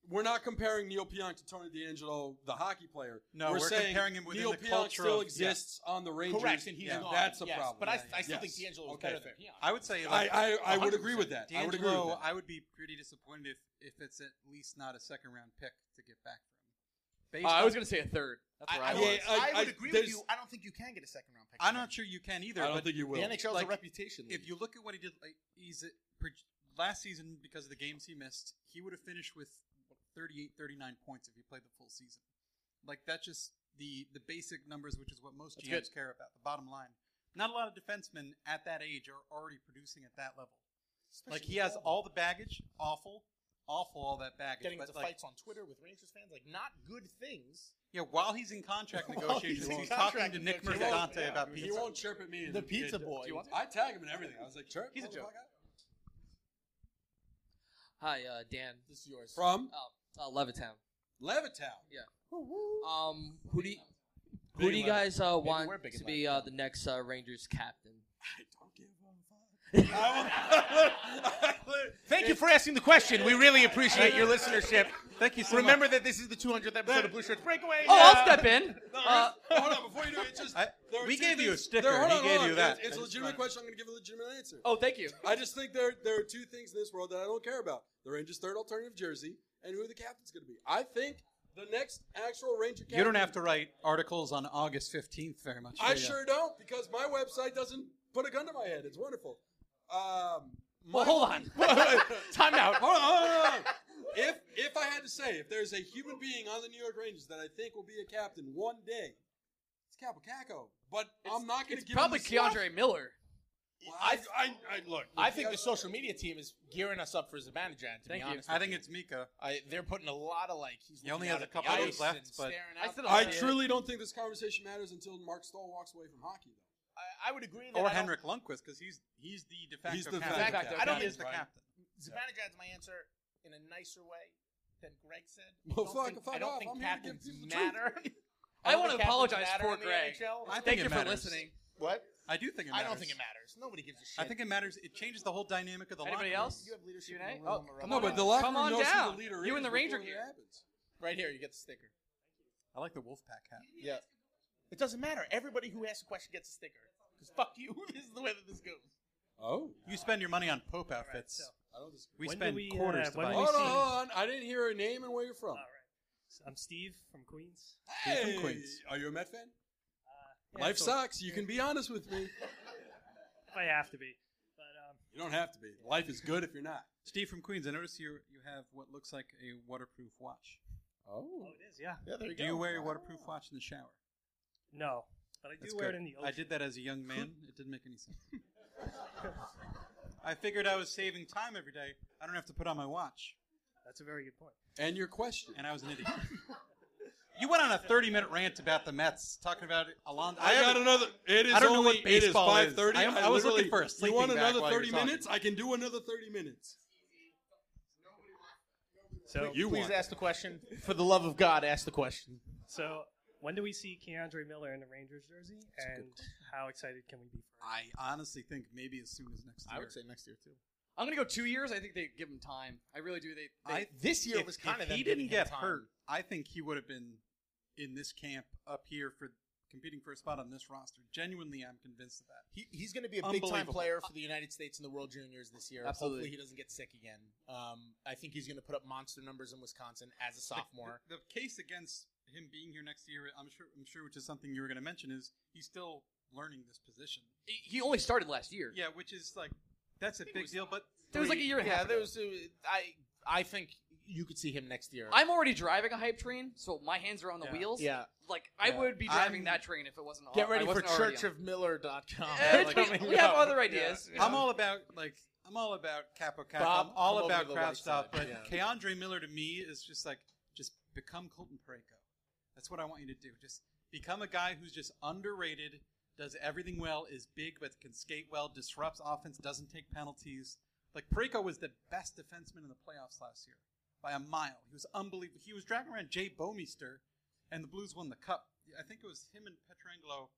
We're not comparing Neil Pionk to Tony D'Angelo, the hockey player. No, we're saying comparing him within Neil the Pionk culture still of- exists on the Rangers. Correct, and he's Yeah, gone. That's a yes, problem. But I, I still Yes. think D'Angelo was Okay, better fair. than Pionk. I would say I, like I, I would agree with that. I would agree with D'Angelo, that. I would be pretty disappointed if, if it's at least not a second round pick to get back from. Based Uh, I was on- gonna say a third. That's I, where I, I, Yeah, would- was. I- I I- would agree with there's- you. I don't think you can get a second round pick. I'm not sure you can either. I don't but think you The will. NHL has a Like, reputation. if you look at what he did, like, he's at, per, last season because of the games he missed, he would have finished with what, 38, 39 points if he played the full season. Like that's just the the basic numbers, which is what most That's GMs care about. The bottom line, not a lot of defensemen at that age are already producing at that level. like he has all the baggage, awful, awful, all that baggage. getting but, into like, fights on Twitter with Rangers fans, like not good things. Yeah, while he's in [laughs] contract While he's [laughs] negotiations, in he's, contract talking to Nick negotiations. Mercadante Yeah. about He pizza. won't chirp at me. in The pizza boy. Do you want I tag him and everything. I was like, chirp. He's a joke. motherfucker. Hi, uh, Dan. This is yours. From Oh, uh, Levittown. Levittown. Um, who do you, who Big do Lev. you guys uh, want we're big to in be uh, the next uh, Rangers captain? I don't give a fuck. I will- Thank you for asking the question. We really appreciate your listenership. Thank you so Remember that this is the 200th episode of Blue Shirts Breakaway. Oh, I'll Yeah. step in. No, Uh, hold on, before you do it, it's just I- there are we two gave you a things- sticker, There, hold he on, gave hold you on. that. It's, it's I a just legitimate wanted- question. I'm going to give a legitimate answer. oh, thank you. I just think there there are two things in this world that I don't care about: the Rangers' third alternative jersey and who the captain's going to be. I think the next actual Ranger. Captain, You don't have to write articles on August 15th very much. I do you? sure don't because my website doesn't put a gun to my head. It's wonderful. Um, Well, my- hold on. [laughs] Time out. Hold on, hold on, hold on. If if I had to say, if there's a human being on the New York Rangers that I think will be a captain one day, it's Capo Caco. But I'm not going to It's give probably him the slot. Keandre Miller. Well, I, I, I look. I think the social media team is gearing us up for Zibanejad. Thank To be you. honest, I with think you. it's Mika. I, they're putting a lot of like. He's He looking only out has a at the couple ice days left, and but- staring I out said the- I Yeah. truly don't think this conversation matters until Mark Stahl walks away from hockey. Though. I, I would agree. That Or I don't- Henrik Lundqvist because he's he's the de facto He's the captain. de facto I don't captain. he's the Right. captain. Zibanejad's my answer in a nicer way than Greg said. I Well, don't fuck- think, fuck I don't off. think I'm here to give captains people the truth. matter. I don't wanna think captains apologize matter for in the Greg. NHL. I think Thank it you for matters. listening. What? I do think it I matters. don't think it matters. Nobody gives a shit. I think it matters. It changes the whole dynamic of the Anybody locker room. else? you have leadership. Q&A? in the Oh, room around come No, on but that. the down. locker Come room on knows who down. the leader You is and the before Ranger it gear. happens. right here. You get the sticker. I like the Wolfpack hat. Yeah. It doesn't matter. Everybody who asks a question gets a sticker. Because fuck you. [laughs] this is the way that this goes. Oh, You spend your money on Pope outfits. I don't disagree. We When do spend we, uh, quarters to when buy. do we Hold these. on, see- hold on. I didn't hear her name and where you're from. All right. I'm Steve from Queens. Uh, She's from Hey, Queens. are you a Met fan? Yeah, Life so- sucks. You can be honest with me. If I have to be. But um, You don't have to be. Life is good if you're not. Steve from Queens. I notice you you have what looks like a waterproof watch. Oh, oh, it is, yeah. Yeah, there Do you wear your waterproof watch in the shower? No, but I do That's wear good. it in the ocean. I did that as a [laughs] young man. It didn't make any sense. I figured I was saving time every day. I don't have to put on my watch. That's a very good point. and your question. And I was an idiot. you went on a 30 minute rant about the Mets, talking about Alonzo. I, got haven't- another. It is I don't know only, what baseball it is. is 5:30. I am- I was looking literally- for a You sleeping want bag another while you were 30 talking. minutes? I can do another 30 minutes. So, You Please want? ask the question. For the love of God, ask the question. so when do we see Keandre Miller in a Rangers jersey, and how excited can we be for it? I honestly think maybe as soon as next year. I would say next year too. I'm gonna go two years. I think they give him time. I really do. They. they I- This year if, was kind if of them he giving didn't him get time. hurt, I think he would have been in this camp up here for competing for a spot on this roster. Genuinely, I'm convinced of that. He, he's going to be a big time Unbelievable. player for the United States in the World Juniors this year. Absolutely. Hopefully, he doesn't get sick again. Um, I think he's going to put up monster numbers in Wisconsin as a sophomore. The, the case against him being here next year, I'm sure, I'm sure, which is something you were going to mention, is he's still learning this position. he only started last year. Yeah, which is like that's a big deal. But There was like a year and a yeah, half. there ago. was. Uh, I I think you could see him next year. I'm already driving a hype train, so my hands are on the Yeah. wheels. yeah. Like I Yeah. would be driving I'm- that train if it wasn't. on- Get ready I for wasn't already on. churchofmiller.com. Eh, we- [laughs] coming we have up. other ideas. Yeah. I'm all about like I'm all about Capo Capo. Bob, I'm all come over to about the crowd light stuff. But side, Keandre Miller to me is just like just become Colton Pareko. That's what I want you to do. Just become a guy who's just underrated, does everything well, is big but can skate well, disrupts offense, doesn't take penalties. Like Pareko was the best defenseman in the playoffs last year by a mile. He was unbelievable. He was dragging around Jay Bomeister, and the Blues won the cup. I think it was him and Petrangelo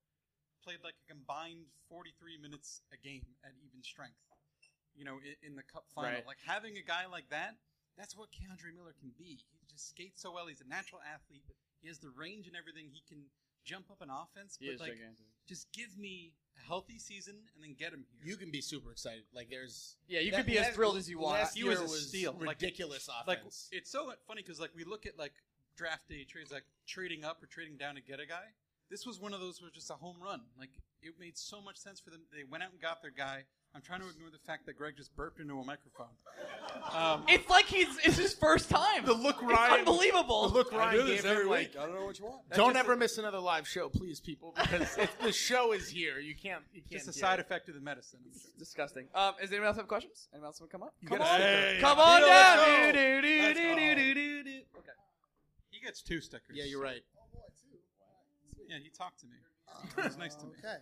played like a combined 43 minutes a game at even strength. You know, in, in the cup final, Right. like having a guy like that, that's what Keandre Miller can be. He just skates so well. He's a natural athlete. He has the range and everything. He can jump up an offense. He but is like, gigantic. just give me a healthy season and then get him here. You can be super excited. Like there's. Yeah, you that- could be as last- thrilled as you want. Last He year was was, a steal. Like- ridiculous like offense. it's so funny because like we look at like draft day trades, like trading up or trading down to get a guy. This was one of those where just a home run. Like it made so much sense for them. They went out and got their guy. I'm trying to ignore the fact that Greg just burped into a microphone. Um, it's like he's it's his first time. The look It's Ryan, unbelievable. The look I Ryan do this gave every him, like, week. I don't know what you want. Don't ever miss another live show, please, people, because if the show is here, you can't. You can't. Just a side effect of the medicine. I'm sure. Disgusting. Um, is anyone else have questions? Anyone else want to come up? You come get a on, sticker. come on Hey, down. let's go. Do, do, Let's do, do, go. do, do, do. Okay. He gets two stickers. Yeah, you're right. Yeah, he talked to me. He was nice to me. Okay.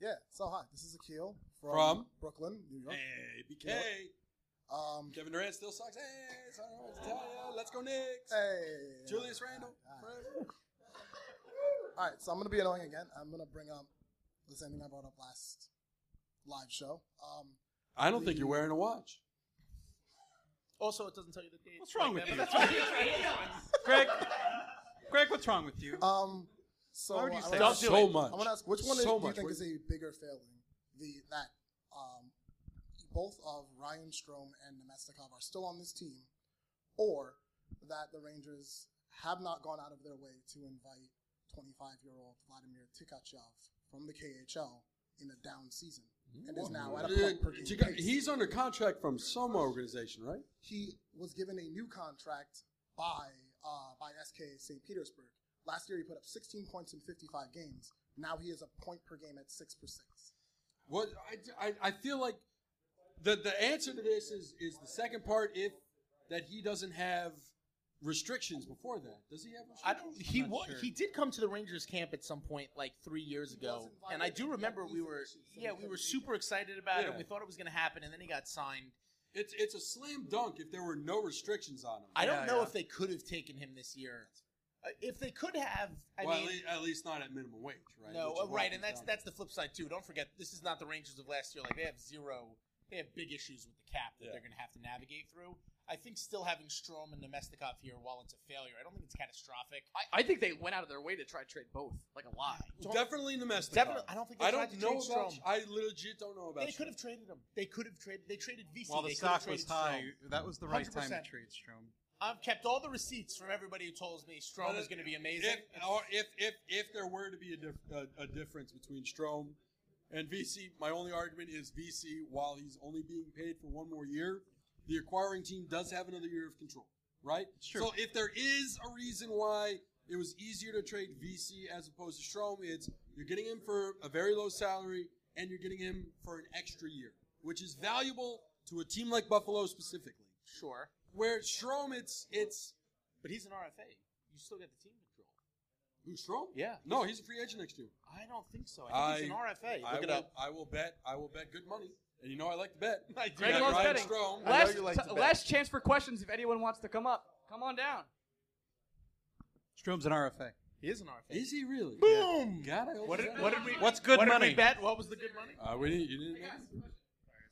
Yeah. So hi, this is Akil from, From? Brooklyn, New York. Hey, BK. Um, Kevin Durant still sucks. Hey, so I don't know what to tell you. Let's go Knicks. Hey. Julius Randle. forever. All right, so I'm gonna be annoying again. I'm gonna bring up the same thing I brought up last live show. Um, I don't think you're wearing a watch. Also, it doesn't tell you the date. What's wrong like with you? that, [laughs] but that's what- Greg, Greg, what's wrong with you? Um, so Why would you I say wanna that? ask- Don't do it. I want to ask which one So is- do you much. think We're- is a bigger failing? The that um, both of Ryan Strom and Nemestikov are still on this team, or that the Rangers have not gone out of their way to invite 25-year-old Vladimir Tikhachev from the KHL in a down season and is now at a point per game You got- pace. He's under contract from some organization, right? he was given a new contract by uh, by SK St. Petersburg. Last year, he put up 16 points in 55 games. Now he is a point per game at six per six. What I, I, I feel like the the answer to this is is the second part if that he doesn't have restrictions before that. Does he have restrictions? I don't. He I'm not wa- sure. he did come to the Rangers camp at some point, like three years ago, and I do remember we were yeah we were super excited about it. Yeah. We thought it was going to happen, and then he got signed. It's it's a slam dunk if there were no restrictions on him. I don't Yeah, know yeah. if they could have taken him this year. Uh, If they could have, I well, mean, at, least, at least not at minimum wage, right? no, uh, Which is right, what and that's he's done. that's the flip side too. Don't forget, this is not the Rangers of last year. Like they have zero, they have big issues with the cap that Yeah. they're going to have to navigate through. I think still having Strom and Nemestikov here, while it's a failure, I don't think it's catastrophic. I, I think they went out of their way to try to trade both, like a lot. don't- definitely Nemestikov. Definitely- I don't think they I tried don't to know trade about. Strom. I legit don't know about. They could have traded him. They could have traded. They traded VC. While they the could have stock was traded high, Strom. that was the right time to 100%. trade Strom. I've kept all the receipts from everybody who told me Strom But is it- going to be amazing. If, or if if if there were to be a, dif- a, a difference between Strom and VC, my only argument is VC. While he's only being paid for one more year, the acquiring team does have another year of control, right? Sure. So if there is a reason why it was easier to trade VC as opposed to Strom, it's you're getting him for a very low salary and you're getting him for an extra year, which is valuable to a team like Buffalo specifically. sure, Where Strom, it's it's but he's an RFA. You still get the team control. who's Strom? Yeah. No, he's a free agent next year. I don't think so. I think I- he's an RFA. I Look it will- up. I will bet. I will bet good money, and you know I like to bet. [laughs] I do. You Greg got loves Ryan betting. Strome. I know Last, you like to t- bet. last chance for questions if anyone wants to come up. Come on down. Strom's an RFA. He is an RFA. Is he really? Boom! God, I hope What he's did, not. what did we? What's good what money? Did we bet? What was the good money? Uh, we didn't. You didn't.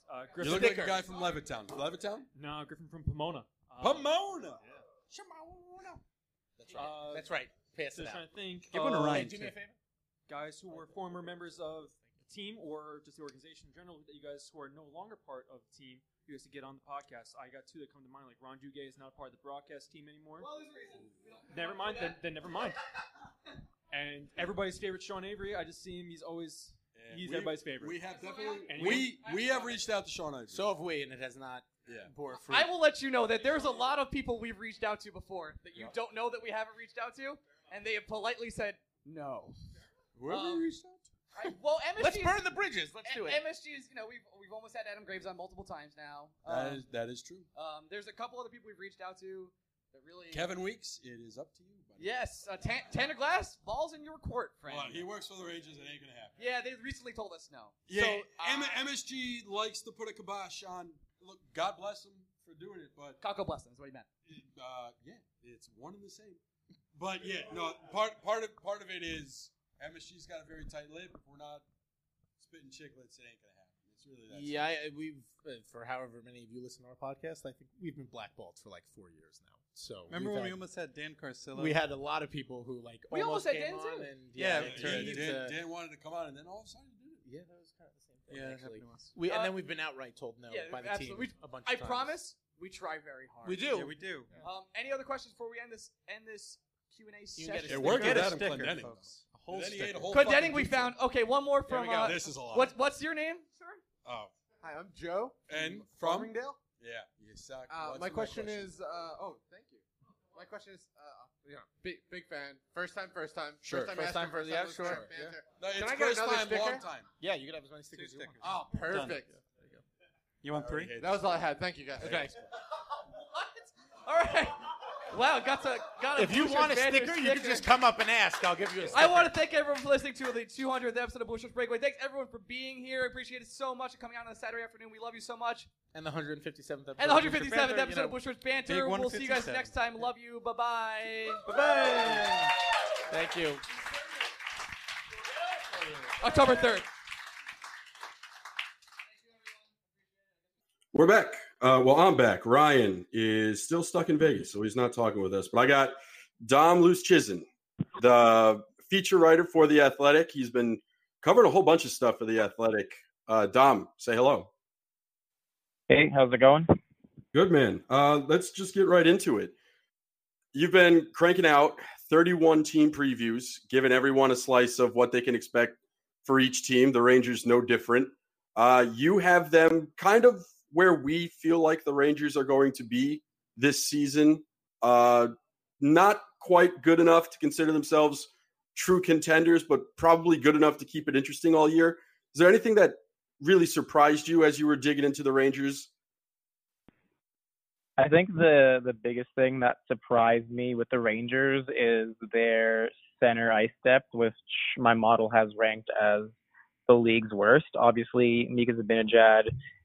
Uh, You Griffin, look like a guy from Levittown. Levittown. no, Griffin from Pomona. Uh, Pomona. That's right. Uh, That's right. Pass So it just out. trying to think. Give one to of Ryan. Hey, do me a favor. Guys who were former members of the team or just the organization in general, that you guys who are no longer part of the team, you guys to get on the podcast. I got two that come to mind. Like Ron Duguay is not part of the broadcast team anymore. Never mind. Then, then never [laughs] mind. And everybody's favorite Sean Avery. I just see him. He's always he's We- everybody's favorite. We have definitely. And We we have reached out to Sean Avery. So have we, and it has not Yeah. bore fruit. I will let you know that there's a lot of people we've reached out to before that you don't know that we haven't reached out to, and they have politely said no. whoever um, reached out. to- I, well, MSG. [laughs] Let's burn the bridges. Let's do it. MSG is, you know, we've we've almost had Adam Graves on multiple times now. That Uh, Um, is that is true. um, there's a couple other people we've reached out to that really. Kevin Weeks. It is up to you. Buddy. Yes, uh, tan- Tanner Glass balls in your court, friend. Well, he works for the Rangers. It ain't gonna happen. yeah, they recently told us no. Yeah. So, uh, M- MSG likes to put a kibosh on. Look, God bless him for doing it, but Kako bless them is what he meant. uh, yeah, it's one and the same. But yeah, no, part part of part of it is MSG's got a very tight lip. If we're not spitting chicklets, it ain't gonna happen. It's really that. Yeah, I, I- we've uh, for however many of you listen to our podcast, I think we've been blackballed for like four years now. So Remember we've when we had- almost had Dan Carcillo? we had a lot of people who like We almost almost, had came Dan, on too. and Yeah, yeah, simple. it Yeah, turned Dan, into- Dan, Dan wanted to come on, and then all of a sudden he did it. yeah, that was kind of the same thing. Yeah, that actually. happened to us. We and Uh, then we've been outright told no yeah, by the absolutely. team a bunch. I of times. promise We try very hard. We do. Yeah, we do. Um, any other questions before we end this end this Q and A You can get session? a It worked sticker. with Adam Sticker, Clendenning, folks. though. A whole Clendenning ate a sticker. whole fucking Clendenning we pizza. found. Okay, one more There we from. go. Uh, This is a lot. What's what's your name, sir? Oh. Hi, I'm Joe. And Mm-hmm. from from? Farmingdale. Yeah, you suck. Uh, What's my, my question question? is, uh, oh, thank you. My question is, uh, you know, big, big fan. First time, first time. Sure. First time, First first time, time, first yeah, time. listener, sure. fan Yeah. here. No, it's Can I get first another time, sticker? long time. Yeah, you can have as many stickers. as you want. Oh, Done. perfect. You want three? That was all I had. Thank you, guys. [laughs] Okay. All right. Wow, got to got. If you Bushwick want a Banter sticker, you can just come up and ask. I'll give you a sticker. I want to thank everyone for listening to the 200th episode of Bushwick Breakaway. Thanks everyone for being here. I appreciate it so much for coming out on a Saturday afternoon. We love you so much. And the 157th episode. And the 157th episode of Bushwick Banter. big We'll see you guys 157. next time. Love you. Bye bye. Bye bye. Thank you. October 3rd. We're back. Uh, well, I'm back. Ryan is still stuck in Vegas, so he's not talking with us. But I got Dom Luce Chisholm, the feature writer for The Athletic. He's been covering a whole bunch of stuff for The Athletic. Uh, Dom, say hello. Hey, how's it going? Good, man. Uh, let's just get right into it. You've been cranking out 31 team previews, giving everyone a slice of what they can expect for each team. The Rangers, no different. Uh, you have them kind of where we feel like the Rangers are going to be this season. Uh, not quite good enough to consider themselves true contenders, but probably good enough to keep it interesting all year. Is there anything that really surprised you as you were digging into the Rangers I think the the biggest thing that surprised me with the Rangers is their center ice depth, which my model has ranked as the league's worst. Obviously, Mika Zibanejad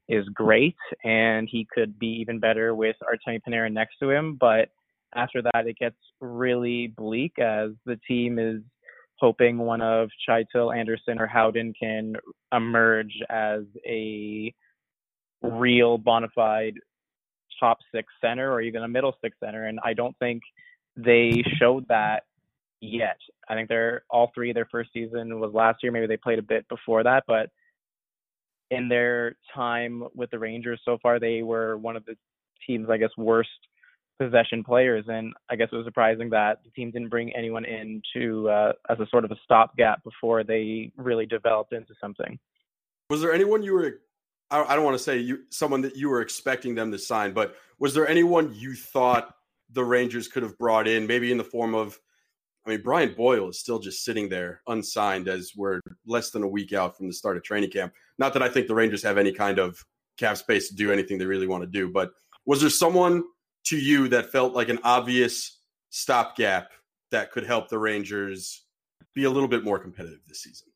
is great, and he could be even better with Artemi Panarin next to him. But after that, it gets really bleak as the team is hoping one of Chaitil, Anderson, or Howden can emerge as a real bona fide top six center or even a middle six center. And I don't think they showed that yet. I think they're all three, their first season was last year. Maybe they played a bit before that, but in their time with the Rangers so far, they were one of the team's, I guess, worst possession players. And I guess it was surprising that the team didn't bring anyone in to, uh, as a sort of a stopgap before they really developed into something. Was there anyone you were? I I don't want to say you someone that you were expecting them to sign, but was there anyone you thought the Rangers could have brought in, maybe in the form of? I mean, Brian Boyle is still just sitting there unsigned as we're less than a week out from the start of training camp. Not that I think the Rangers have any kind of cap space to do anything they really want to do, but was there someone to you that felt like an obvious stopgap that could help the Rangers be a little bit more competitive this season?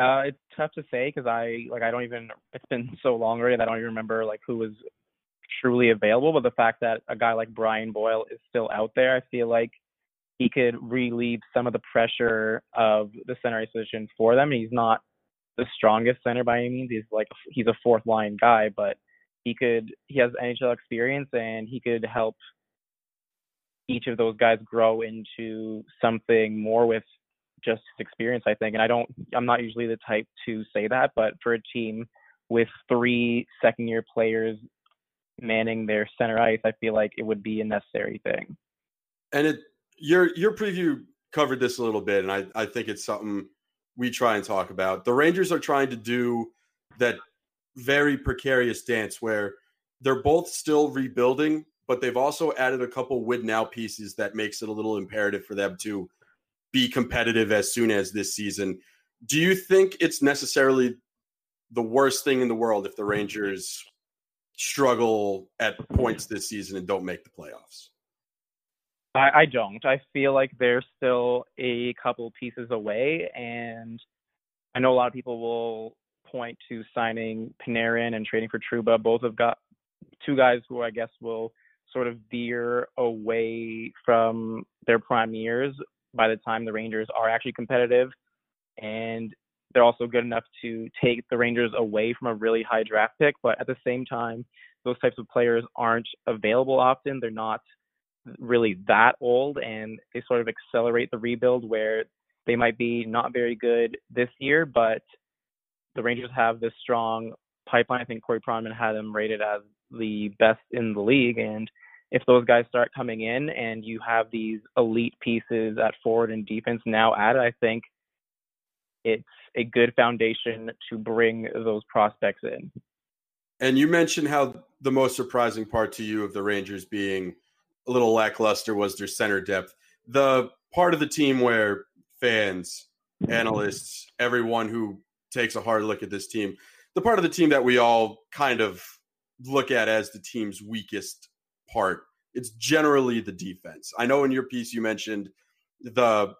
Uh, it's tough to say because I like I don't even. It's been so long already that I don't even remember like who was truly available. But the fact that a guy like Brian Boyle is still out there, I feel like he could relieve some of the pressure of the center ice position for them. He's not the strongest center by any means. He's like he's a fourth line guy, but he could he has NHL experience and he could help each of those guys grow into something more with just his experience, I think. And I don't, I'm not usually the type to say that, but for a team with three second year players manning their center ice, I feel like it would be a necessary thing. and it your your preview covered this a little bit and i i think it's something we try and talk about the rangers are trying to do that very precarious dance where they're both still rebuilding but they've also added a couple win now pieces that makes it a little imperative for them to be competitive as soon as this season do you think it's necessarily the worst thing in the world if the rangers struggle at points this season and don't make the playoffs I, I don't. I feel like they're still a couple pieces away, and I know a lot of people will point to signing Panarin and trading for Truba. Both have got two guys who I guess will sort of veer away from their prime years by the time the Rangers are actually competitive, and they're also good enough to take the Rangers away from a really high draft pick. But at the same time, those types of players aren't available often. They're not really that old and they sort of accelerate the rebuild where they might be not very good this year, but the Rangers have this strong pipeline. I think Corey Pronman had them rated as the best in the league. And if those guys start coming in and you have these elite pieces at forward and defense now added, I think it's a good foundation to bring those prospects in. And you mentioned how the most surprising part to you of the Rangers being a little lackluster was their center depth. The part of the team where fans, analysts, everyone who takes a hard look at this team, the part of the team that we all kind of look at as the team's weakest part, it's generally the defense. I know in your piece you mentioned the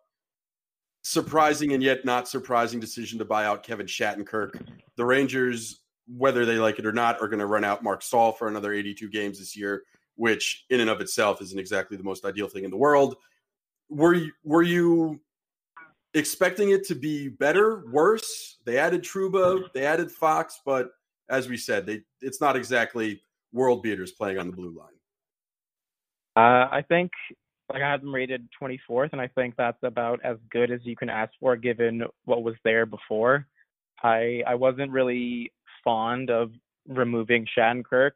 surprising and yet not surprising decision to buy out Kevin Shattenkirk. The Rangers, whether they like it or not, are going to run out Mark Saul for another 82 games this year, which in and of itself isn't exactly the most ideal thing in the world. Were you, were you expecting it to be better, worse? They added Truba, they added Fox, but as we said, they it's not exactly world beaters playing on the blue line. Uh, I think like I had them rated 24th, and I think that's about as good as you can ask for given what was there before. I I wasn't really fond of removing Shattenkirk,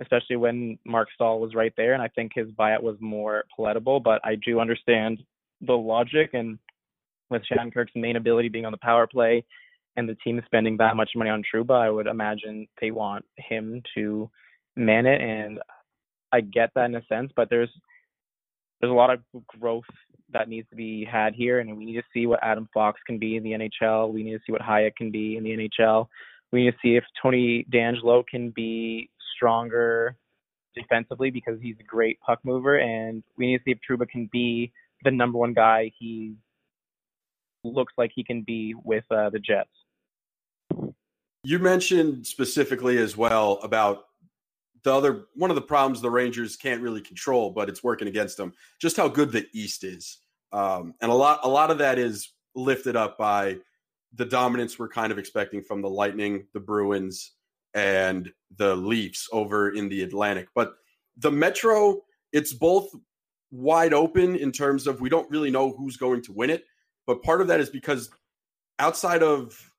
especially when Mark Stahl was right there, and I think his buyout was more palatable. But I do understand the logic, and with Shattenkirk's main ability being on the power play, and the team spending that much money on Truba, I would imagine they want him to man it, and I get that in a sense. But there's there's a lot of growth that needs to be had here, and we need to see what Adam Fox can be in the NHL. We need to see what Hayek can be in the NHL. We need to see if Tony D'Angelo can be stronger defensively because he's a great puck mover, and we need to see if Truba can be the number one guy he looks like he can be with uh, the Jets. You mentioned specifically as well about the other one of the problems the Rangers can't really control, but it's working against them. Just how good the East is, um, and a lot a lot of that is lifted up by the dominance we're kind of expecting from the Lightning, the Bruins, and the Leafs over in the Atlantic. But the Metro, it's both wide open in terms of we don't really know who's going to win it, but part of that is because outside of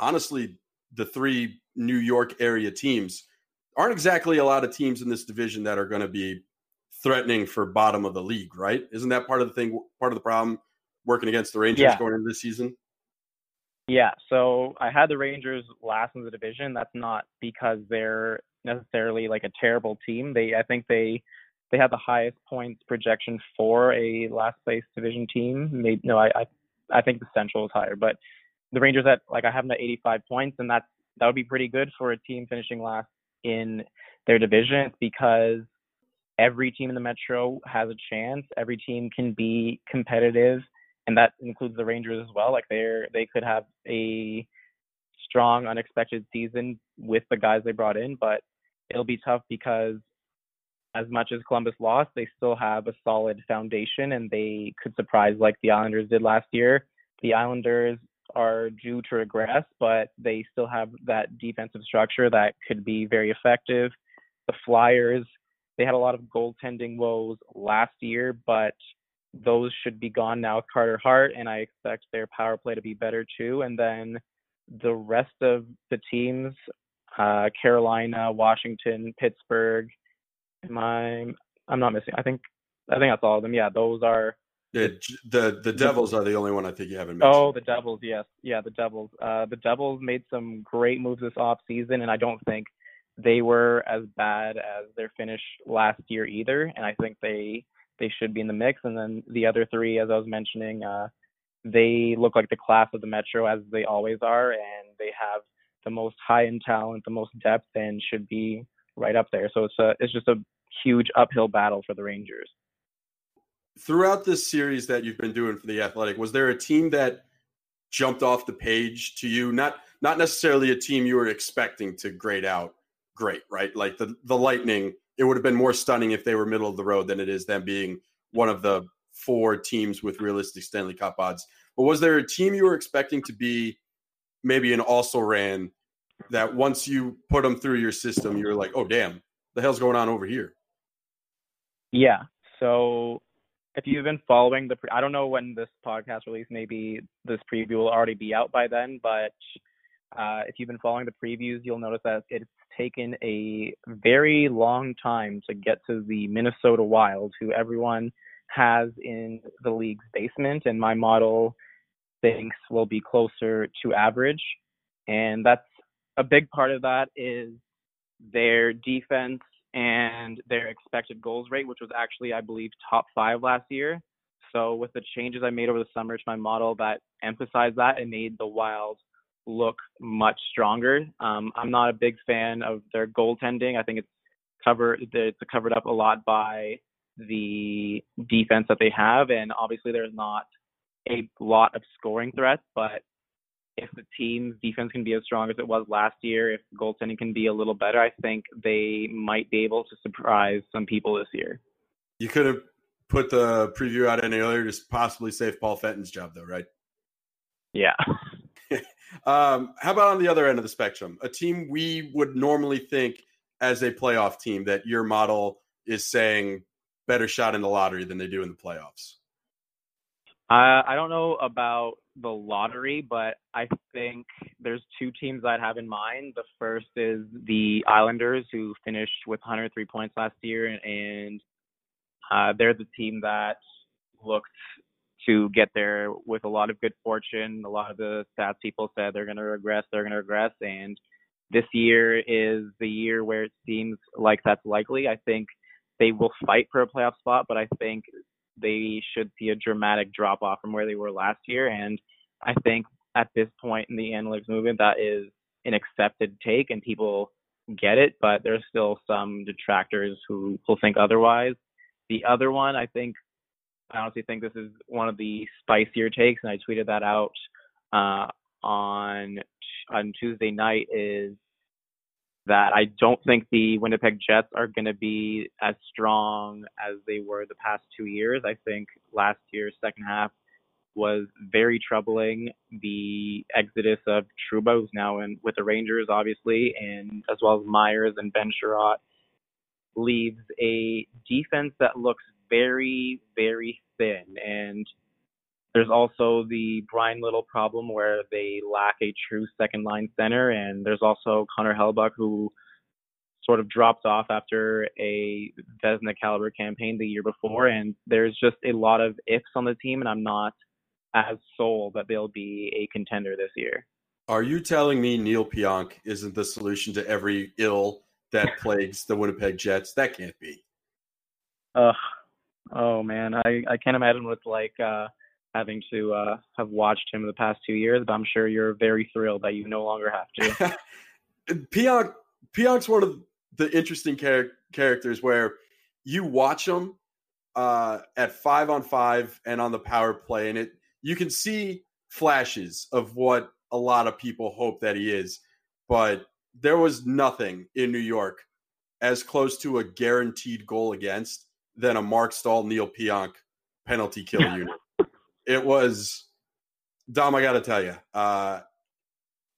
honestly the three New York area teams aren't exactly a lot of teams in this division that are going to be threatening for bottom of the league, right? Isn't that part of the thing? Part of the problem working against the Rangers Yeah. going into this season? Yeah, so I had the Rangers last in the division. That's not because they're necessarily like a terrible team. They I think they they had the highest points projection for a last place division team. Maybe no, I I, I think the Central is higher, but the Rangers at like I have them at 85 points, and that's that would be pretty good for a team finishing last in their division. It's because every team in the Metro has a chance. Every team can be competitive, and that includes the Rangers as well. Like they're they could have a strong, unexpected season with the guys they brought in, but it'll be tough because as much as Columbus lost, they still have a solid foundation and they could surprise like the Islanders did last year. The Islanders are due to regress, but they still have that defensive structure that could be very effective. The Flyers, they had a lot of goaltending woes last year, but those should be gone now with Carter Hart, and I expect their power play to be better too. And then the rest of the teams, uh, Carolina, Washington, Pittsburgh, am I? I'm not missing. I think I think that's all of them. Yeah, those are. The, the the Devils are the only one I think you haven't mentioned. Oh, the Devils. Yes, yeah, the Devils. Uh, the Devils made some great moves this off season, and I don't think they were as bad as their finish last year either. And I think they they should be in the mix. And then the other three, as I was mentioning, uh, they look like the class of the Metro as they always are, and they have the most high end talent, the most depth, and should be right up there. So it's a it's just a huge uphill battle for the Rangers. Throughout this series that you've been doing for the Athletic, was there a team that jumped off the page to you? Not not necessarily a team you were expecting to grade out great, right? Like the the Lightning, it would have been more stunning if they were middle of the road than it is them being one of the four teams with realistic Stanley Cup odds. But was there a team you were expecting to be maybe an also ran that once you put them through your system, you're like, oh damn, the hell's going on over here? Yeah. So if you've been following the, pre- I don't know when this podcast release, maybe this preview will already be out by then, but Uh, if you've been following the previews, you'll notice that it's taken a very long time to get to the Minnesota Wild, who everyone has in the league's basement, and my model thinks will be closer to average. And that's a big part of that is their defense and their expected goals rate, which was actually, I believe, top five last year. So with the changes I made over the summer to my model that emphasized that and made the Wild look much stronger. Um, I'm not a big fan of their goaltending. I think it's covered it's covered up a lot by the defense that they have, and obviously there's not a lot of scoring threats. But if the team's defense can be as strong as it was last year, if goaltending can be a little better, I think they might be able to surprise some people this year. You could have put the preview out any earlier, just possibly save Paul Fenton's job, though, right? Yeah. [laughs] Um, how about on the other end of the spectrum? A team we would normally think as a playoff team that your model is saying better shot in the lottery than they do in the playoffs. Uh, I don't know about the lottery, but I think there's two teams I'd have in mind. The first is the Islanders, who finished with 103 points last year, and uh, they're the team that looked to get there with a lot of good fortune. A lot of the stats people said they're going to regress, they're going to regress, and this year is the year where it seems like that's likely. I think they will fight for a playoff spot, but I think they should see a dramatic drop off from where they were last year. And I think at this point in the analytics movement, that is an accepted take, and people get it. But there's still some detractors who will think otherwise. The other one, I think I honestly think this is one of the spicier takes, and I tweeted that out uh, on on Tuesday night. Is that I don't think the Winnipeg Jets are going to be as strong as they were the past two years. I think last year's second half was very troubling. The exodus of Truba, who's now in with the Rangers, obviously, and as well as Myers and Ben Sherratt, leaves a defense that looks very, very thin. And there's also the Brian Little problem where they lack a true second line center. And there's also Connor Hellebuck, who sort of dropped off after a Vesna caliber campaign the year before. And there's just a lot of ifs on the team. And I'm not as sold that they'll be a contender this year. Are you telling me Neil Pionk isn't the solution to every ill that plagues the Winnipeg Jets? That can't be. Uh, oh man, I I can't imagine what it's like uh, having to uh, have watched him in the past two years. But I'm sure you're very thrilled that you no longer have to. Pionk Pionk's one of the interesting char- characters where you watch him uh, at five on five and on the power play, and it you can see flashes of what a lot of people hope that he is, but there was nothing in New York as close to a guaranteed goal against than a Mark Stahl Neil Pionk penalty kill unit. It was Dom. I got to tell you, uh,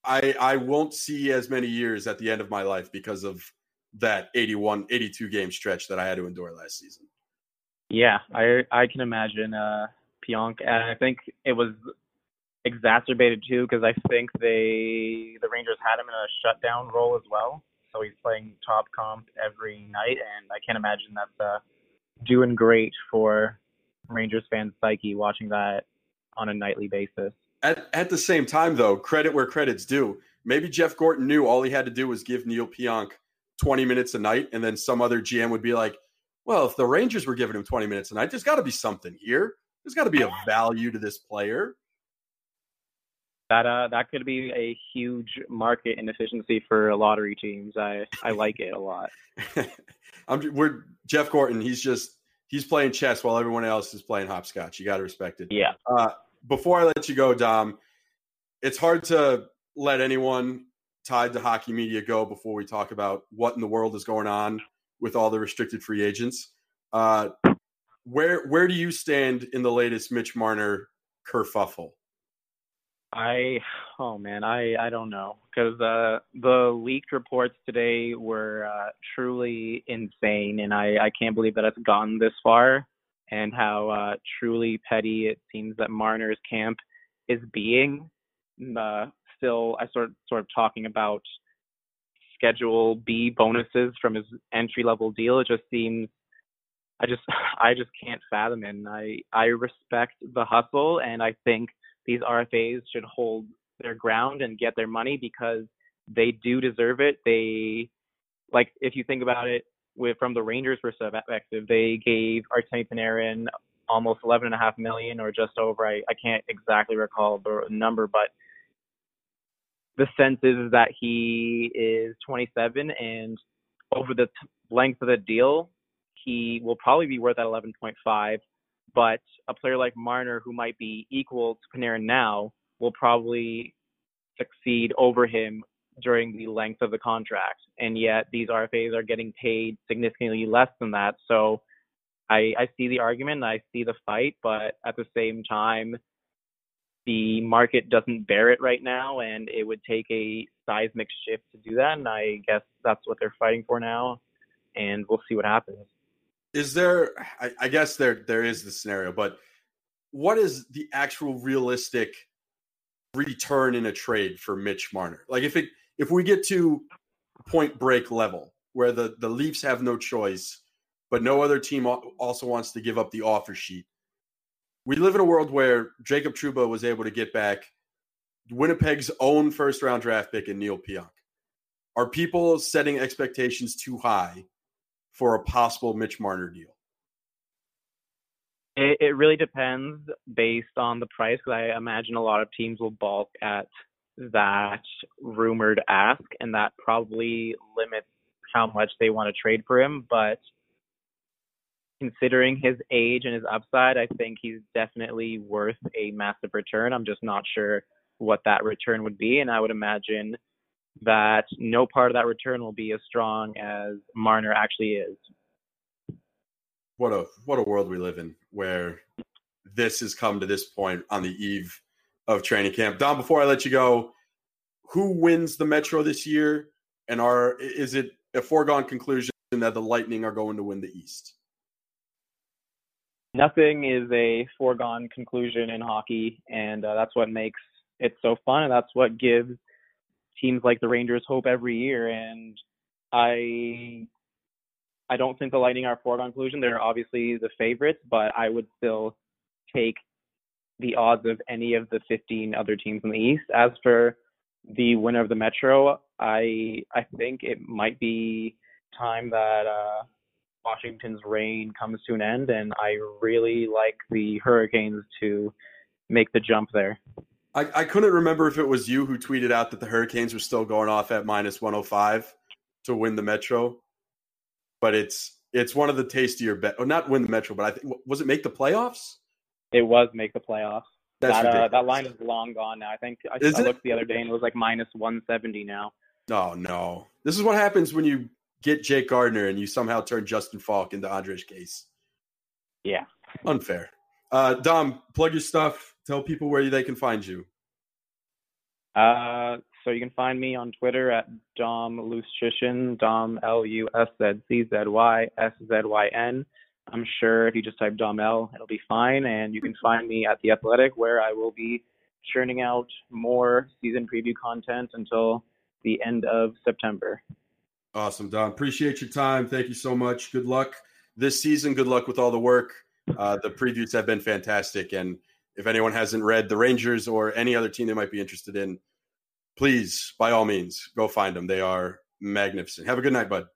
I I won't see as many years at the end of my life because of that 81, 82 game stretch that I had to endure last season. Yeah, I I can imagine uh, Pionk, and I think it was exacerbated too because I think they the Rangers had him in a shutdown role as well. So he's playing top comp every night, and I can't imagine that's uh, doing great for Rangers fans' psyche watching that on a nightly basis. At at the same time, though, credit where credit's due. Maybe Jeff Gorton knew all he had to do was give Neil Pionk 20 minutes a night, and then some other GM would be like, "Well, if the Rangers were giving him 20 minutes a night, there's got to be something here. There's got to be a value to this player." that uh that could be a huge market inefficiency for lottery teams. I I like it a lot. I'm we're Jeff Gorton. He's just he's playing chess while everyone else is playing hopscotch. You got to respect it. Yeah. Uh, before I let you go, Dom, it's hard to let anyone tied to hockey media go before we talk about what in the world is going on with all the restricted free agents. Uh, where where do you stand in the latest Mitch Marner kerfuffle? I oh man, I I don't know because uh, the leaked reports today were uh, truly insane, and I I can't believe that it's gone this far, and how uh, truly petty it seems that Marner's camp is being. Uh, still I sort sort of talking about Schedule B bonuses from his entry level deal. It just seems I just [sighs] I just can't fathom it. And I I respect the hustle, and I think these RFAs should hold their ground and get their money because they do deserve it. They like if you think about it with from the Rangers' perspective, they gave Artemi Panarin almost eleven and a half million or just over. I I can't exactly recall the number, but the sense is that he is 27 and over the t- length of the deal, he will probably be worth that 11.5. But a player like Marner, who might be equal to Panarin now, will probably succeed over him during the length of the contract. And yet these RFAs are getting paid significantly less than that. So I, I see the argument, I see the fight, but at the same time, the market doesn't bear it right now, and it would take a seismic shift to do that. And I guess that's what they're fighting for now, and we'll see what happens. Is there? I, I guess there there is the scenario, but what is the actual realistic return in a trade for Mitch Marner? Like if it if we get to point break level where the the Leafs have no choice, but no other team al- also wants to give up the offer sheet. We live in a world where Jacob Truba was able to get back Winnipeg's own first round draft pick in Neil Pionk. Are people setting expectations too high for a possible Mitch Marner deal? It, it really depends based on the price. 'cause I imagine a lot of teams will balk at that rumored ask, and that probably limits how much they want to trade for him. But considering his age and his upside, I think he's definitely worth a massive return. I'm just not sure what that return would be, and I would imagine that no part of that return will be as strong as Marner actually is. what a what a world we live in where this has come to this point on the eve of training camp. Don, before I let you go, who wins the Metro this year, and are is it a foregone conclusion that the Lightning are going to win the East? nothing is a foregone conclusion in hockey, and uh, that's what makes it so fun, and that's what gives teams like the Rangers hope every year. And I, I don't think the Lightning are a foregone conclusion. They're obviously the favorites, but I would still take the odds of any of the 15 other teams in the East. As for the winner of the Metro, I, I think it might be time that. Uh, Washington's reign comes to an end, and I really like the Hurricanes to make the jump there. I, I couldn't remember if it was you who tweeted out that the Hurricanes were still going off at minus 105 to win the Metro, but it's it's one of the tastier bet. Or not win the Metro, but I think was it make the playoffs? It was make the playoffs. That's that, uh, ridiculous. that line is long gone now. I think I, Is I it? looked the other day and it was like minus 170 now. Oh no! This is what happens when you get Jake Gardner and you somehow turn Justin Falk into Andres Case. Yeah. Unfair. Uh, Dom, plug your stuff. Tell people where they can find you. Uh, so you can find me on Twitter at Dom Luszczyn, Dom L U S Z C Z Y S Z Y N. I'm sure if you just type Dom L, it'll be fine. And you can find me at The Athletic, where I will be churning out more season preview content until the end of September. Awesome, Don. Appreciate your time. Thank you so much. Good luck this season. Good luck with all the work. Uh, the previews have been fantastic. And if anyone hasn't read the Rangers or any other team they might be interested in, please, by all means, go find them. They are magnificent. Have a good night, bud.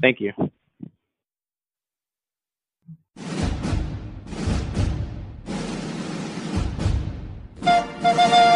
Thank you. Thank you.